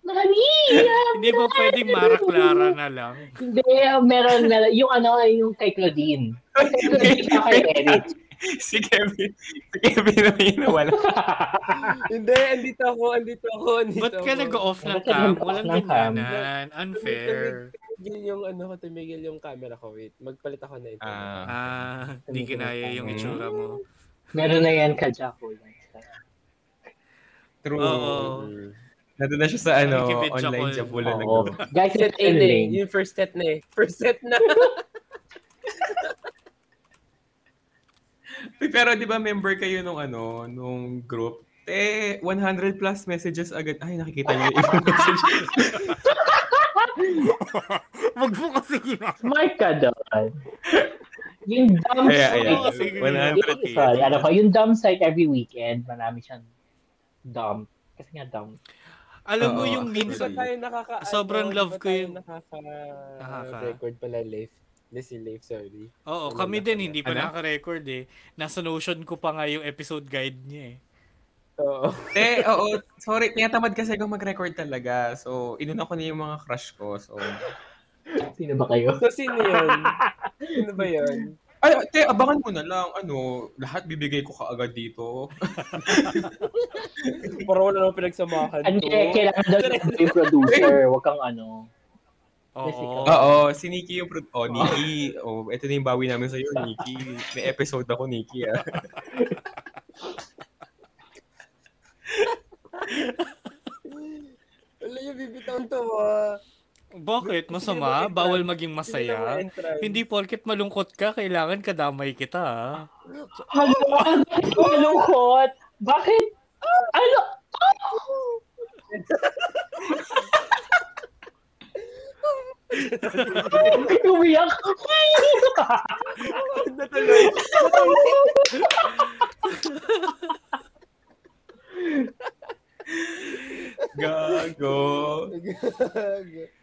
C: Maria!
D: Hindi ba pwedeng Mara Clara na lang?
C: Hindi, meron na, yung ano, yung kay Claudine. Hindi siya kay Eric.
B: [laughs] si Kevin, si Kevin naman yung nawala.
E: Hindi, andito ako, andito ako, andito
D: Ba't ka
E: ako.
D: nag-off ng
C: Bakit
D: cam?
C: nag-off
D: Walang
C: ng cam?
D: ganyanan. Unfair.
E: Tumigil yung ano ko, tumigil yung camera ko. Wait, magpalit ako na ito.
B: Ah,
D: Ah, di kinaya yung itsura mo.
C: Meron na yan ka, Jaco. next time.
B: true.
D: Oo.
B: Nandun na siya sa ano,
D: Nakikibidya ko
B: online
D: yun.
B: jabula.
C: Oo. Guys, it's
E: set A na eh.
C: ending.
E: Yung first set na eh. First set na. [laughs]
B: Pero di ba member kayo nung ano, nung group? Eh, 100 plus messages agad. Ay, nakikita niyo yung ibang [laughs] message.
D: Wag mo kasi gina.
C: Smart ka doon. Yung dumb
B: Ayan, ayan.
C: site.
D: Sige,
C: Yung,
B: 100.
C: sorry, ano ko, yung dumb site every weekend, marami siyang dumb. Kasi nga dumb.
D: Alam mo
B: Oo,
D: yung
E: Di
D: minsan,
E: ba tayo nakaka-
D: Sobrang
E: ano, di
D: love
E: ba
D: ko
E: tayo
D: yun.
E: Nakaka,
D: Nakaka-
E: record pala Leif. Hindi si Leif, sorry.
D: Oo,
E: Ano
D: kami
E: na
D: din
E: pala?
D: hindi pa
B: Ano?
D: naka-record eh. Nasa Notion ko pa nga yung episode guide niya eh.
E: Oo.
B: Eh, oo. Sorry, tinatamad kasi akong mag-record talaga. So, inuna ko na yung mga crush ko. So,
C: Sino ba kayo?
E: So, sino yun? Sino ba yun?
B: ay, te, abangan mo na lang. Ano, lahat bibigay ko kaagad dito.
E: Parang wala nang pinagsamahan
C: Ano,
E: ko.
C: eh, kailangan daw yung producer. Huwag kang ano.
D: Oo.
B: Oo, si Nikki yung... Pro- oh, Nikki. Oh, ito na yung bawi namin sa'yo, Nikki. May episode ako, Nikki. Ah.
E: Wala yung bibitang tawa.
D: Bakit? Masama? Bawal maging masaya? Hindi porket malungkot ka, kailangan kadamay kita. ah.
C: Hello? Bakit malungkot? Bakit? Ano? Umiyak.
E: Natuloy.
B: Gago.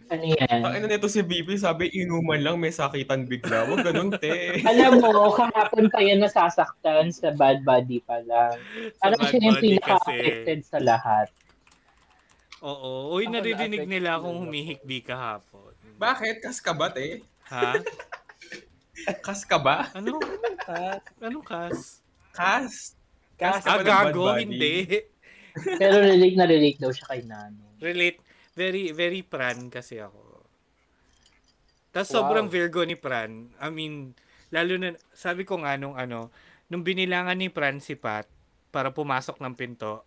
C: ano yan?
B: Ang ina nito si BP, sabi, inuman lang, may sakitan bigla. Huwag ganun, te.
C: Alam mo, kahapon pa yan nasasaktan sa bad body pa lang.
D: Sa
C: Parang
D: bad
C: siya yung
D: body
C: pinaka-affected sa lahat.
D: Oo. Uy,
E: Ako
D: naririnig
E: na-affect
D: nila
E: yun,
D: akong
E: no?
D: humihikbi kahapon.
B: Bakit? Kas ka ba, te?
D: Ha?
B: Kas ka ba?
D: Ano? Anong kas?
B: Kas? Kas ka ba ng bad
D: Agago,
B: body?
D: Ah,
B: [laughs]
D: hindi.
C: Pero relate na relate daw siya kay Nano.
D: Relate. Very, very pran kasi ako. Tapos sobrang Virgo ni Pran. I mean, lalo na, sabi ko nga nung ano, nung binilangan ni Pran si Pat para pumasok ng pinto,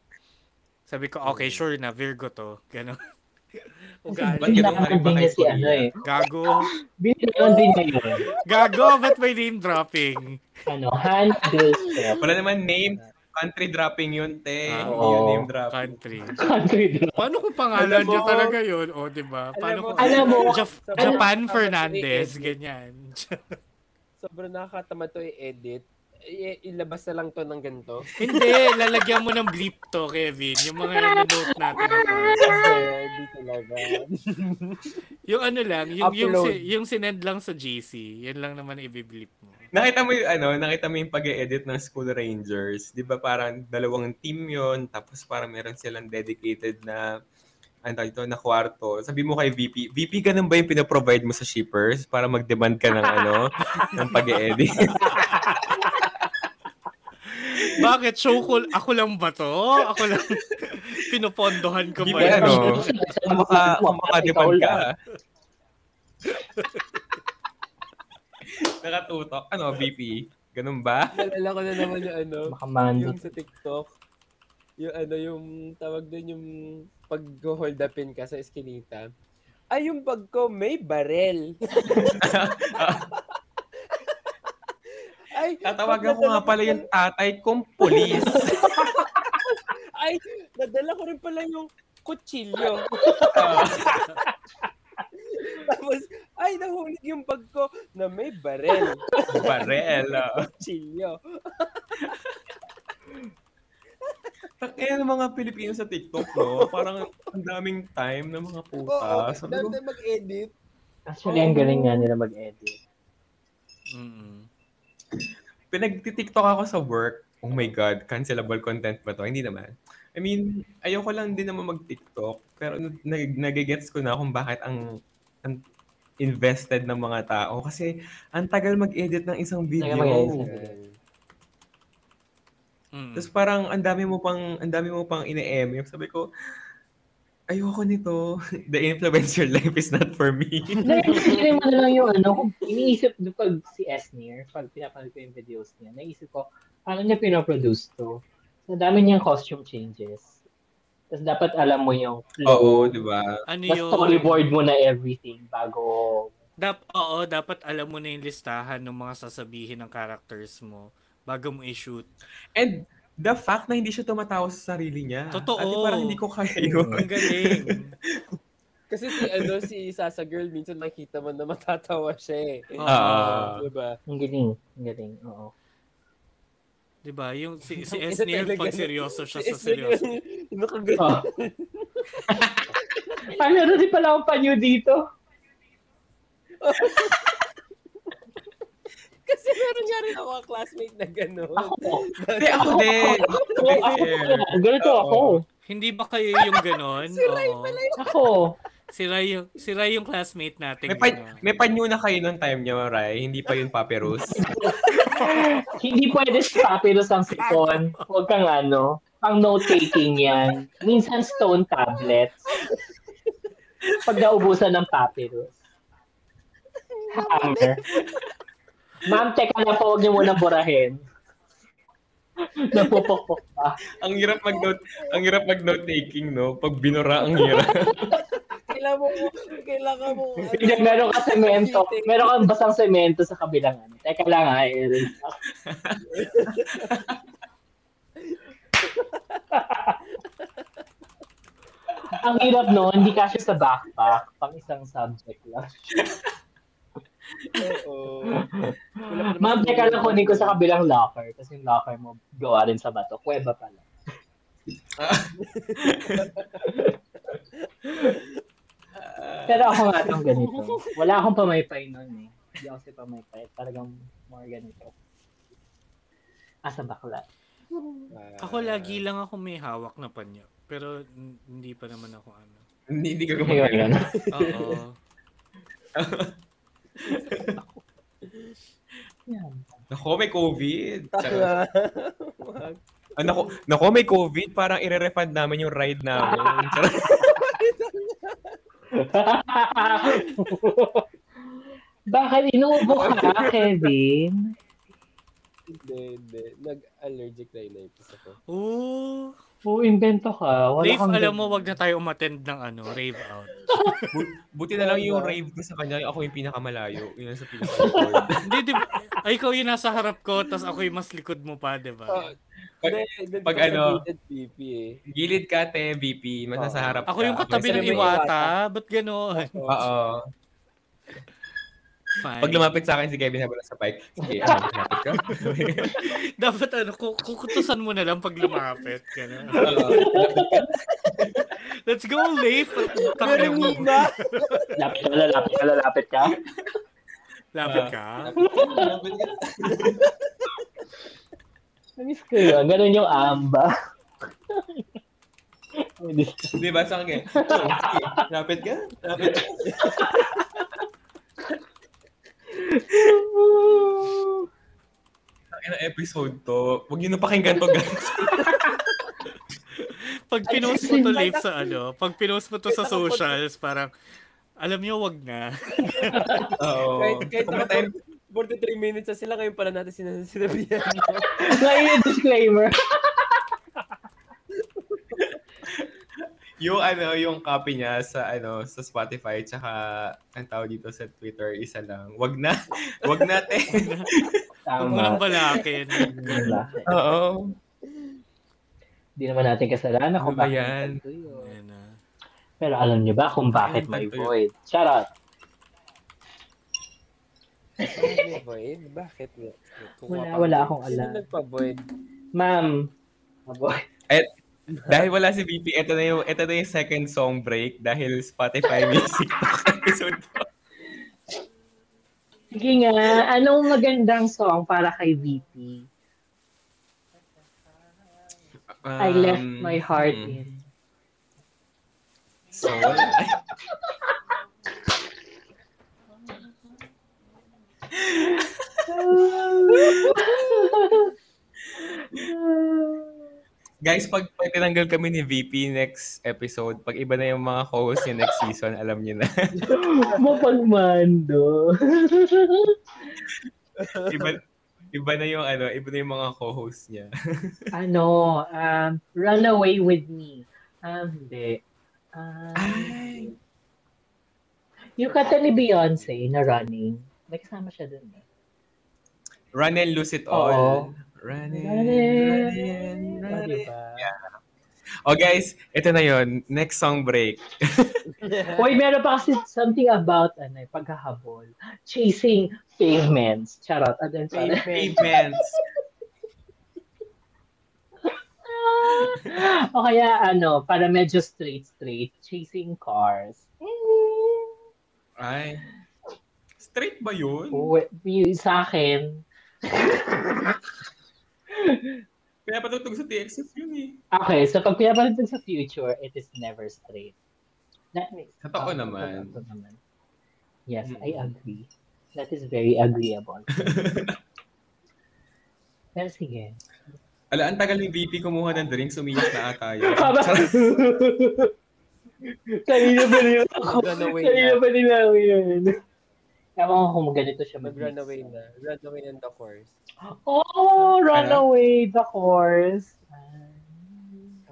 D: sabi ko, okay,
B: Mm.
D: sure na, Virgo to. [laughs]
B: [laughs]
D: Ganon.
B: Ba't
D: Ugali.
B: ganun ka rin ba
C: Binilangan din
B: kay
C: niya si ano eh.
D: Gago.
C: Binilangan din niya yun.
D: Gago, ba't may name dropping?
C: Ano, hand bill step.
B: Wala naman name. Country dropping yun, te.
D: Ah,
B: Hindi
C: oo.
B: Eh, yun name dropping.
D: Country.
C: Country drop.
D: Paano kung pangalan
E: Alam mo-
D: niya talaga yun? O, di ba? Paano kung...
C: alam mo-
D: Jaf-
E: Sobrang
D: Japan
E: nakakatamad
D: Fernandez,
E: i-edit.
D: ganyan.
E: Sobrang nakakatamad to i-edit. I- ilabas na lang to ng ganito.
D: [laughs] Hindi, lalagyan mo ng bleep to, Kevin. Yung mga nanonote natin. ako.
E: Hindi talaga.
D: Yung ano lang, yung, yung,
E: Upload.
D: si- yung sinend lang sa GC, yun lang naman i-bleep mo.
B: Nakita mo yung ano, nakita mo yung pag-edit ng School Rangers. 'Di ba parang dalawang team 'yon, tapos parang meron silang dedicated na ano tawag ito, na kwarto. Sabi mo kay VP, VP ganun ba yung pinaprovide mo sa shippers para mag-demand ka ng ano, ng pag-edit?
D: Bakit? Show ko, ako lang ba to? Ako lang, [laughs] pinopondohan ko
B: Di
D: ba
B: ba
D: yun?
B: ano?
C: Sinasabi ko,
B: Kumaka,
C: "Ikaw
B: kumaka-demand ka.
C: lang."
B: [laughs] Nakatutok. Ano, VP? Ganun ba?
E: Nalala ko na naman yung ano.
C: Makamando.
E: Yung sa TikTok. Yung ano, yung tawag doon yung pag-hold upin ka sa eskinita. Ay, yung bag ko may barel. Ay,
B: Tatawagan
E: pag
B: ko nga
E: nadala
B: pala yung tatay kong polis.
E: Ay, nadala ko rin pala yung
B: [laughs]
E: kutsilyo. [laughs] Tapos, ay, nahulog yung bag ko na may barel.
B: Barel. ah.
E: Kutsilyo.
B: Takyan ng eh, mga Pilipino sa TikTok, no? Parang ang daming time ng mga puta.
E: Oo,
B: Ah, Sabi ko,
E: dami na mag-edit.
C: Actually, ang galing nga nila mag-edit.
D: Mm-mm.
B: pinagtitiktok ako sa work. Oh my God, cancelable content ba to? Hindi naman. I mean, ayoko lang din naman mag-TikTok. Pero nag- nagigets ko na kung bakit ang, ang invested ng mga tao. Kasi ang tagal mag-edit ng isang video.
D: Mm.
B: Tapos parang ang dami mo pang ang dami mo pang ine-MF. Sabi ko, ayoko nito. [laughs] The influencer life is not for me.
C: Naiisipin mo na lang yung ano, kung iniisip do pag si Esnir, pag pinapanood ko yung videos niya, naisip ko, paano niya pinoproduce to? Ang dami niyang costume changes. Tapos dapat alam mo yung
B: [laughs] Oo, di ba?
D: Ano
C: Mas
D: yun?
C: storyboard mo na everything bago
D: Dap oo, dapat alam mo na yung listahan ng mga sasabihin ng characters mo bago mo i-shoot.
B: And the fact na hindi siya tumatawa sa sarili niya.
D: Totoo.
B: Ate, parang hindi ko kaya yun.
D: Ang galing.
E: Kasi si ano si Sasa Girl minsan nakita mo na matatawa siya eh.
B: [laughs] Ah.
E: diba?
C: ang galing, ang galing. Oo.
D: 'Di ba? Diba? Yung si si
E: Ang ina
D: Esnir
E: talaga.
D: pag seryoso siya
E: Si
D: sa seryoso.
E: Esnir, Ano ka ganun?
C: Ah.
E: [laughs]
C: Paano rin pala ang panyo dito?
E: Kasi meron nga rin ako ang classmate na gano'n. [laughs]
C: Ako.
B: Hindi, ako din.
C: Oo, ako pala. Ganito ako.
D: Hindi ba kayo yung ganon? [laughs] si Ray pala
C: Ako.
D: Si Ray yung, si Ray yung classmate natin.
B: May, pa,
D: ganon.
B: may panyo na kayo ng time niya, Ray. Hindi pa yun papyrus.
C: Hindi pwede sa papyrus ang sipon. Huwag kang ano. Ang note-taking yan. Minsan stone tablets. Pag naubusan ng papyrus. Hammer. Ma'am, teka na po. Huwag niyo muna burahin. Napupukpok pa.
B: [laughs] ang hirap mag-note, ang hirap mag-note taking, no? Pag binura, ang hirap. [laughs]
E: Kailangan mo, kailangan mo.
C: Biglang meron ka
E: [laughs]
C: semento. Meron kang basang semento sa kabilang ano. Teka lang ha, i-erase ako. Ang hirap no, hindi kasi sa backpack, pang isang subject lang.
E: [laughs] Oo. Wala ka naman
C: Ma'am, teka
E: sa-
C: lang kunin ko sa kabilang locker, kasi yung locker mo gawa rin sa bato. Kuweba pala. Pero ako nga itong ganito. Wala akong pamaypay noon eh. Hindi ako si pamaypay. Talagang more ganito. Asa bakla.
D: Ako lagi lang ako may hawak na panyo. Pero n- hindi pa naman ako ano.
B: hindi, hindi ka
C: Ayun,
B: gumagana.
D: Oo.
C: Yan.
B: Nako, may COVID.
E: Taka.
B: Ah, nako, nako, may COVID. Parang ire-refund namin yung ride namin. Charot.
C: Bakit inuubo ka, Kevin?
E: Hindi, hindi. Nag-allergic rhinitis ako.
D: Oo.
C: Oo, invento ka. Wala
D: Rave,
C: kang
D: alam mo, wag na tayo umattend ng ano, rave out.
B: Buti na lang yung rave ko sa kanya. Ako yung pinakamalayo. Yun ang sa pinaka
D: Hindi, di ba? Ay, ikaw yung nasa harap ko, tas ako yung mas likod mo pa, di ba?
B: Pag-
E: Hindi, hindi
B: pag
E: ko
B: ano,
E: sabihin at PP eh.
B: Gilid ka, te, VP. Mas nasa harap
D: Ako
B: ka.
D: yung katabi
B: May
D: ng
B: sarili-
D: iwata. Ba't gano'n?
B: Oo.
D: [laughs] Fine.
B: Pag lumapit sa akin si Kevin habang nasa bike, sige, ano, lumapit ka.
D: Dapat ano, ku- kukutusan mo na lang pag lumapit. Ganun.
B: Oo.
D: Let's go, Rave!
E: Meron nina!
C: Lapit ka, lalapit ka, lalapit
E: [laughs]
C: ka.
D: Lapit ka.
C: Namiss ko yun. Ganun yung amba.
B: [laughs] Di ba sa akin? "Oh, sige, Lapit ka? Lapit ka? Ang ina episode to. Huwag nyo na pakinggan to, guys.
D: Pag pinost mo to, Rave, sa ano, pag pinost mo to sa socials, parang, alam nyo, wag [laughs] na.
B: Oo.
E: Kahit, kahit
B: Ano ba tayo?
E: naka 43 minutes na sila, ngayon pala natin sinas- sinabihan nyo.
C: [laughs] Ngayon yung disclaimer.
B: Yung ano, yung copy niya sa ano, sa Spotify tsaka ang tao dito sa Twitter, isa lang. Wag na. [laughs] Wag natin.
D: Huwag mo nang
C: Tama.
D: balakin.
B: Oo.
C: Hindi naman natin kasalanan kung
B: Ano ba
C: bakit
B: yan?
C: nagtagpo yun.
D: Ayan ah. na.
C: Pero alam niyo ba kung bakit may
B: Nagtagpo yun.
C: void? Shout out.
E: Void? Bakit nga?
C: Wala, wala akong
E: Sino
C: alam.
E: nagpa-void?
C: Ma'am. Aboy.
B: Dahil wala si VP, ito na yung, ito na yung second song break
C: [laughs]
B: dahil Spotify Music Talk episode to.
C: Sige nga, anong magandang song para kay VP? I left
B: Um,
C: my heart
B: hmm.
C: in.
B: Soul? Ay, Guys, pag, pag tinanggal kami ni VP next episode, pag iba na yung mga co-host niya next season, alam niyo na. [laughs]
C: Mapagmando.
B: iba, iba na yung ano, iba na yung mga co-host niya.
C: ano, um, run away with me. Um, hindi. Um,
B: Ah.
C: Yung kanta ni Beyonce na running, may kasama siya dun. eh.
B: Run and lose it
C: Oo.
B: all. Run and, run and,
C: Oh,
B: run and.
C: diba?
B: Oh guys, ito na yon Next song break.
C: Uy, meron pa kasi something about ano, eh, paghahabol. Chasing pavements. Charot. Ano yun? Charot.
B: Pavements.
C: [laughs] o kaya ano, para medyo straight-straight. Chasing cars.
B: Ay. Straight ba yun?
C: Uwi, y- sa akin, [laughs]
B: Kaya patutog sa TXF yun eh. [laughs]
C: okay, so pag pinapalit dun sa future, it is never straight. That makes
B: Totoo
C: ah,
B: naman.
C: totoo naman. Yes,
B: Mm.
C: I agree. That is very agreeable. Pero sige.
B: Ala, ang tagal ni VP kumuha ng drinks, umiyak na ata yun.
C: Kanina ba nila ako?
E: Run away
C: Kanina
E: na.
C: ba nila ako yun? Ewan ko kung ganito siya
E: Mag-run away na. Run away on the course.
C: Oh, run
B: Ano?
C: away the course. Ah.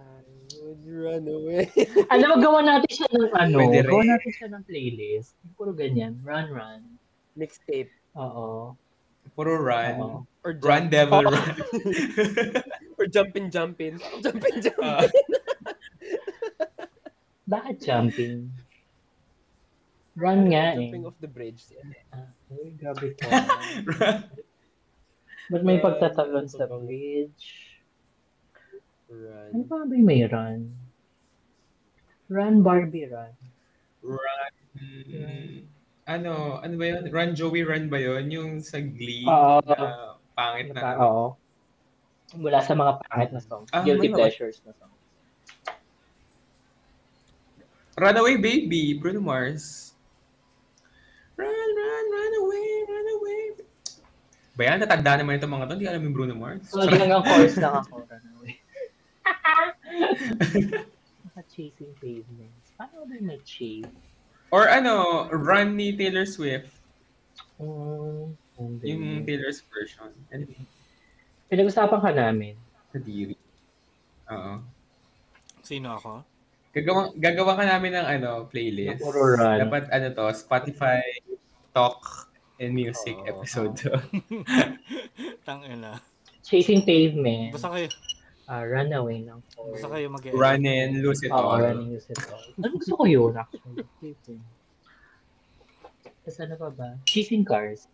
E: I would run away.
C: Ano, gawa natin siya ng ano?
B: Pwede rin.
C: Gawa natin siya ng playlist. Puro ganyan. Run, run.
E: [laughs] Mixtape.
C: Oo.
B: Puro
C: Oo.
B: run.
E: Or
B: Run,
E: jump,
B: devil, run.
E: Or jumpin, jumpin. Jumpin, jumpin.
B: Ah.
C: Bakit jumping? Run nga eh.
E: Jumping off the bridge.
C: Ah, Uy, grabe ka. Ba't may pagtatalon sa bridge? Ano
E: Run.
C: pa ba yung may run? Run, Barbie, run.
B: Run. Ano, ano ba yun? Run, Joey, run ba yun? Yung sa Glee.
C: Oo.
B: na Ah, pangit na.
C: Oo. Mula sa mga pangit na songs.
B: Ah,
C: Guilty
B: may naman.
C: pleasures na songs.
B: Runaway Baby, Bruno Mars. Run, run, run away, run away. Ba yan, natanda naman itong mga to. Hindi alam yung Bruno Mars.
C: So, hanggang chorus lang ako. run away. Naka-chasing pavements. Paano ba yung may chase?
B: Or ano, Run ni Taylor Swift.
C: Mm, hindi.
B: Yung Taylor's version. Ano yun?
C: Pinag-usapan ka namin.
B: Kadiri. Oo.
D: Sino ako? [laughs]
B: Gagawa, gagawa ka namin ng ano,
C: Ng
B: playlist.
C: puro run.
B: Dapat ano to, Spotify, Talk, and Music
E: Oo.
B: episode to.
D: Tangina.
C: Chasing pavement.
D: Basta kayo,
C: Ah, runaway ng chorus.
D: basta kayo mag
B: Run and lose it
C: Oo,
B: all.
C: running is it all. Ano gusto ko yun, actually? Tapos ano pa ba? Chasing cars.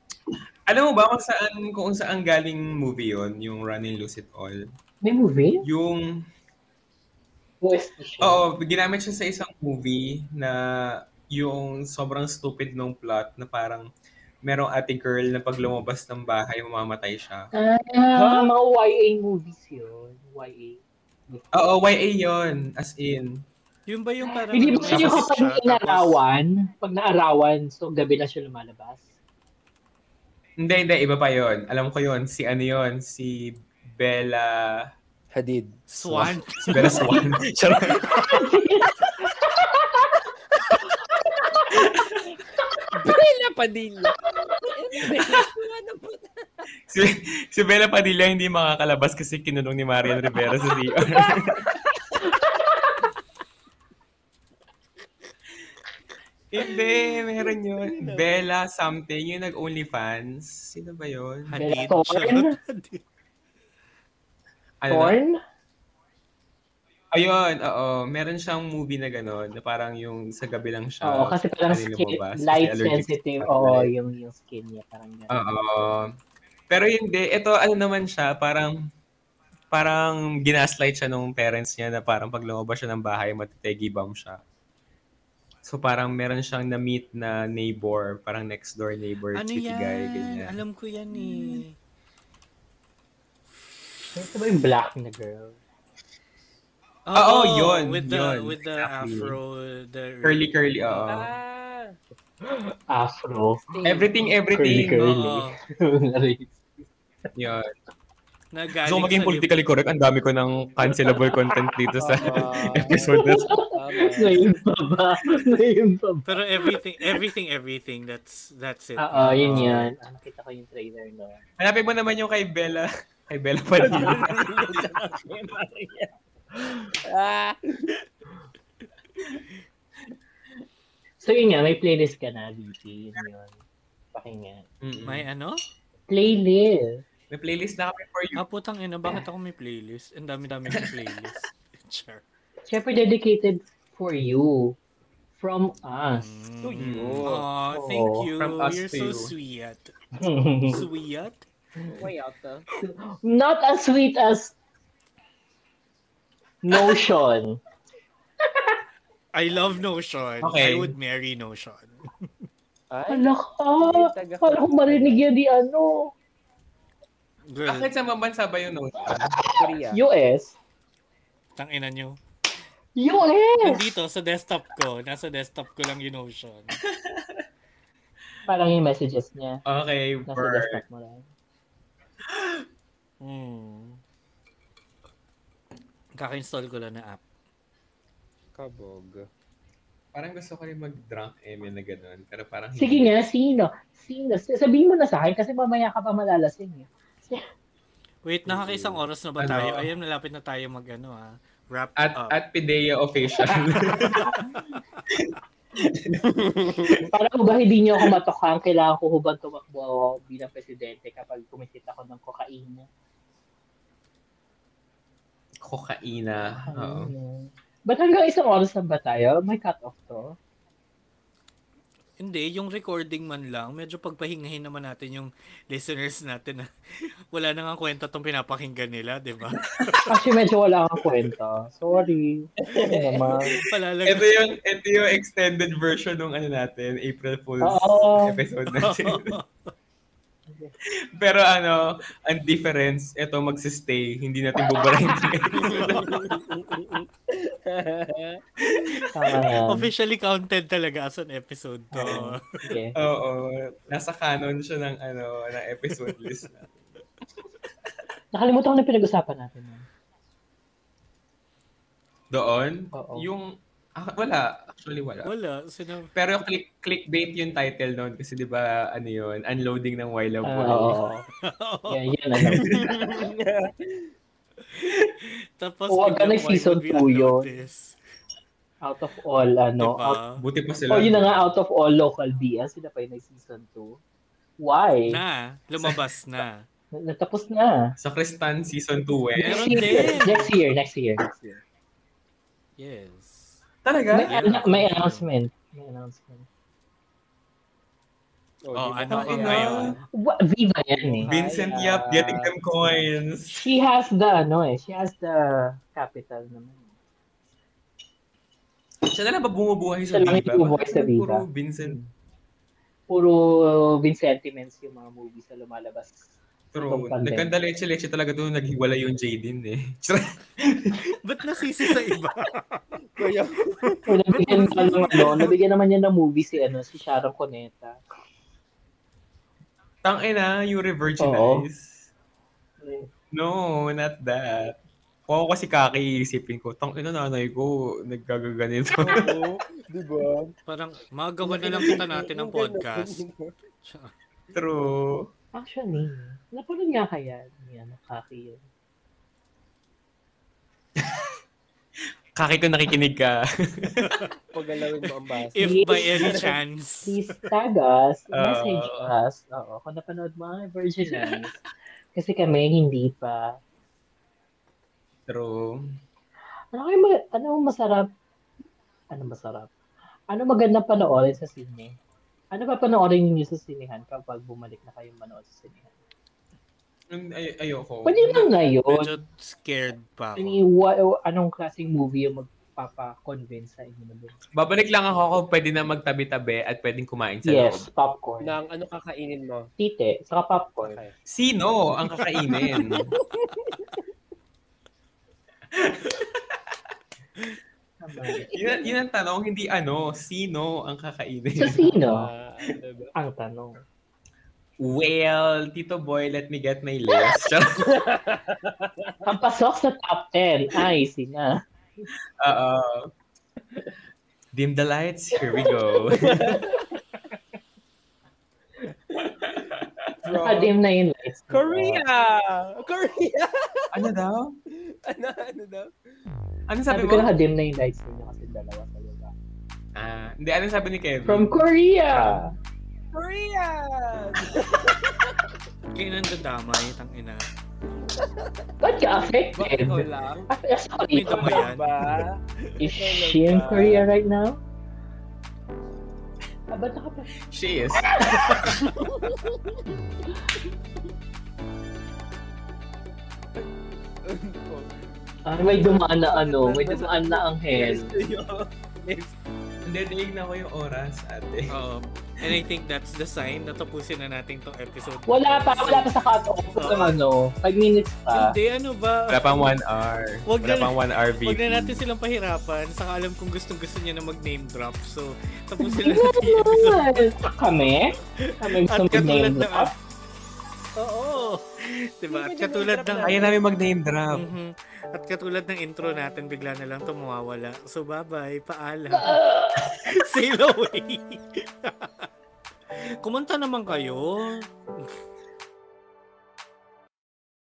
B: Alam mo ba kung saan, kung saan galing movie yon yung Run and Lose It All?
C: May movie?
B: Yung
C: OST siya.
B: Oo, ginamit siya sa isang movie na yung sobrang stupid nung plot na parang merong ate girl na pag lumabas ng bahay, mamamatay siya.
C: Ah, mga YA movies yun. YA.
B: Oo, YA yon as in.
D: Yun ba yung parang...
C: Hindi ba
D: ano,
C: yun yung
D: tapos
C: kapag
D: siya, tapos-
C: inarawan? Pag naarawan, so gabi na siya lumalabas.
B: Hindi, hindi, iba pa yon Alam ko yon si ano yon si Bella...
E: Hadid.
D: Swan.
B: Si Bella Swan. Charot.
E: Bella Padilla.
B: si, si Bella Padilla hindi makakalabas kasi kinulong ni Marian Rivera sa CR. [laughs] hindi, meron yun. Bella something, yung nag-OnlyFans. Sino ba yun?
D: Hadid. [laughs]
C: Torn?
D: Charot, Hadid.
B: Ano na?
C: Torn?
B: Ayun, oo. Meron siyang movie na gano'n, na parang yung sa gabi lang siya.
C: Oo, kasi parang
B: Kanina
C: skin,
B: Ah, lumabas, kasi
C: light
B: allergic
C: sensitive.
B: sa
C: Oo,
B: light.
C: yung, yung skin niya. Parang gano'n.
B: Oo. Pero hindi, ito ano naman siya, parang parang ginaslight siya nung parents niya na parang pag lumabas siya ng bahay, matitegi bomb siya. So parang meron siyang na-meet na neighbor, parang next door neighbor,
D: Ano
B: city
D: yan?
B: guy, ganyan.
D: Alam ko yan eh.
C: Ito ba yung black na girl?
B: Oo, yun,
D: With the,
B: yun,
D: Ah, oh, with the
B: exactly.
D: afro, the...
B: Curly-curly, oo.
E: Ah.
C: Afro.
B: Everything, everything.
C: Curly-curly.
D: Oo.
B: Yun.
D: Nagaling
B: Gusto ko maging
D: sa
B: politically correct. Ang dami ko ng [laughs] cancelable content dito sa [laughs] episode na to.
C: Ngayon pa ba? Ngayon pa ba?
D: Pero everything, everything, everything, that's that's it.
C: Oo, yun yun. Ah, nakita ko yung trailer no.
B: Hanapin mo naman yung kay Bella. Kay Bella [laughs] Padilla.
E: Ah,
C: So yun nga, may playlist ka na, VP. Yun yun. Pakinggan.
D: May ano?
C: Playlist.
B: May playlist na kami for you.
D: Ah, putang ina, bakit ako may playlist? Ang dami-dami ng playlist. [laughs] Sure.
C: Siyempre dedicated for you. From [laughs] us.
D: To
E: you.
D: Mm. Aw, thank
C: Oh,
D: you.
B: from us
D: You're
B: to
D: so
B: you.
D: sweet. Sweet?
E: way out ah. to.
C: Not as sweet as Notion.
D: I love Notion.
B: Okay.
D: I would marry Notion.
E: Ay,
C: Anak ka! Parang kung marinig yan di ano.
D: Girl,
B: Ah, Bakit sa mga bansa ba yung note?
E: Korea.
C: US.
D: tang ina nyo.
C: US!
D: Nandito sa desktop ko. Nasa desktop ko lang yung Notion.
C: Parang yung messages niya.
B: Okay,
C: Nasa
B: burn.
C: desktop mo lang.
D: Hmm. Kaka-install ko lang na app.
E: Kabog.
B: Parang gusto ko rin mag-drunk Emil na gano'n. Pero parang
C: Sige nga, sino? Sino? S- Sabihin mo na sa akin kasi mamaya ka pa malalasing. eh.
D: Wait, nakakaisang oras na ba tayo?
B: Ano?
D: Ayun, malapit na tayo mag ano ah. Wrap
B: At,
D: up.
B: at Pidea official. [laughs]
C: Para ko ba hindi niyo ako matokang, kailangan ko hubang tumakbo ako bilang presidente kapag kumitit ako ng kokaina.
B: Kokaina. Oo.
C: Ayun. Ba't hanggang isang oras na ba tayo? May cut-off to.
D: Hindi, yung recording man lang, medyo pagpahingahin naman natin yung [laughs] listeners natin na [laughs] wala nang ang kwenta tong pinapakinggan nila, di
C: [laughs]
D: ba?
C: Actually, medyo wala kang kwento. Sorry. Ano naman.
D: Palalag...
B: Ito yung, ito yung extended version ng ano natin, April Fool's
C: Oo.
B: episode natin. [laughs] Pero ano, ang difference, ito magsistay, hindi natin bubarahin yung episode.
C: Tama yan.
D: Officially counted talaga as an episode to.
C: Sige.
B: [laughs] Oo, nasa canon siya ng ano, ng episode list na.
C: Nakalimutan ko na pinag-usapan natin.
B: Doon,
C: Oo.
B: yung, ah, wala, actually wala.
D: Wala, sinabi.
B: Pero click, clickbait yung title noon kasi di ba ano yun, unloading ng Wile of
C: Ah,
B: Wall.
C: Oo. Yan, yan. alam ko.
D: Tapos,
C: Huwag ka
D: biglang,
C: nag-season
D: why would we
C: two yun.
D: upload this?
C: Out of all, ano.
D: Diba?
C: Out,
B: Buti pa sila.
C: oh, yun na nga, out of all local BS. Sila pa yun ng season 2. Why?
D: Na, lumabas na.
C: Natapos na.
B: Sa Kristan Season 2 eh.
C: next
D: Meron
C: year,
D: din.
C: next year, next year. Next year.
D: Yes.
C: May,
B: Talaga?
C: an- may announcement. May announcement.
D: Oh,
E: di
D: ano
E: ba
D: ba
E: kaya?
D: ngayon?
C: Wa- Viva yan eh.
B: Vincent
E: Ay,
B: Yap
E: ah.
B: getting them coins.
C: She has the, ano eh, she has the capital naman.
B: Siya na lang ba bumubuhay sa
C: Siya lang yung
B: Viva?
C: bumubuhay sa Viva.
B: Puro Vincent.
C: Puro uh, Vincentiments yung mga movies na lumalabas.
B: True.
C: Itong pandemic.
B: Nagkanda leche-leche talaga doon. Naghiwala yung Jaden eh. [laughs]
D: Ba't nasisi sa iba?
E: Kuya,
C: So, nabigyan naman ng ano, nabigyan naman niya ng movie si ano si Sharon Cuneta.
B: Tangin na, you re-virginize. No, not that. Kung ako kasi kakaisipin ko, tang ina nanay ko, nagkagaganito. [laughs]
E: oo, di ba?
D: Parang, magawa na lang kita natin ng podcast.
B: True.
C: Actually, napanood nga kaya ni ano Kaki yun.
B: Kaki ko nakikinig ka. [laughs]
E: Pagalawin mo ang basa.
D: If by any chance.
C: Please tag us,
B: Oo.
C: message us. Oo, kung napanood mo ang Virgin Eyes. Kasi kami hindi pa.
B: True.
C: Ano kayo ma- ano masarap? Ano masarap? Ano magandang panoorin sa sine? Ano ba panoorin niyo sa sinehan kapag bumalik na kayong manood sa sinehan?
B: Ay- ayoko.
C: Pwede na ngayon.
D: Medyo scared pa ako.
C: Any, wa- anong klaseng movie yung magpapa-convince sa inyo na bumalik?
B: Babalik lang ako kung pwede na magtabi-tabi at pwedeng kumain sa
C: Yes,
B: loob.
C: popcorn.
E: Nang ano kakainin mo?
C: Tite, saka popcorn.
E: Okay.
B: Sino ang kakainin? yun, ang- yun ang tanong, hindi ano, sino ang kakainin.
C: So, sino?
E: Ah, ano ba?
C: Ang tanong.
B: Well, Tito Boy, let me get my list. Charot.
C: Ang pasok sa top 10 ay sina.
B: Uh, dim the lights, here we go.
E: From
C: Adim na yun. guys.
E: Korea! Korea! [laughs]
B: ano daw?
E: ano, ano daw?
B: Ano sabi
C: Sabi ko
B: mo?
C: na hadim na yung lights nila kasi dalawa sa lugar.
B: Ah, hindi, ano sabi ni Kevin?
C: From Korea!
E: Korea!
D: Kayo nandadamay, tang ina.
C: Ba't ka
E: Bakit
C: affected?
E: ko lang?
C: After
D: May
C: sorry.
D: damay
E: Ano
D: yan.
E: ba?
C: Is she in Korea right now? Ah, ba't naka
B: She is.
C: Ah, may dumaan na ano, may dumaan na ang hen.
B: Hindi, tinignan ko yung oras, ate.
D: Um, and I think that's the sign na tapusin na natin tong episode. Oh.
C: Wala pa, wala pa sa cut-off ng ano, 5 minutes pa.
D: Hindi, ano ba?
B: Wala pang one hour.
D: Wag
B: Wala
D: na-
B: pang one hour VP.
D: Huwag na natin silang pahirapan. Saka alam kong gustong gusto niya na mag-name drop. So,
E: [laughs]
D: tapusin na natin yung episode.
C: Kami? Kami gusto
D: At katulad
C: mag-name
D: ng...
C: drop?
D: Oo. Diba? At
E: Hindi,
D: katulad
E: hindi,
D: ng...
E: hindi,
B: Ayaw namin mag-name drop.
D: Mhm. At katulad ng intro natin, bigla na lang tumawawala. So, bye-bye. Paalam.
E: [laughs]
D: [laughs] Sail away. Kumanta naman kayo.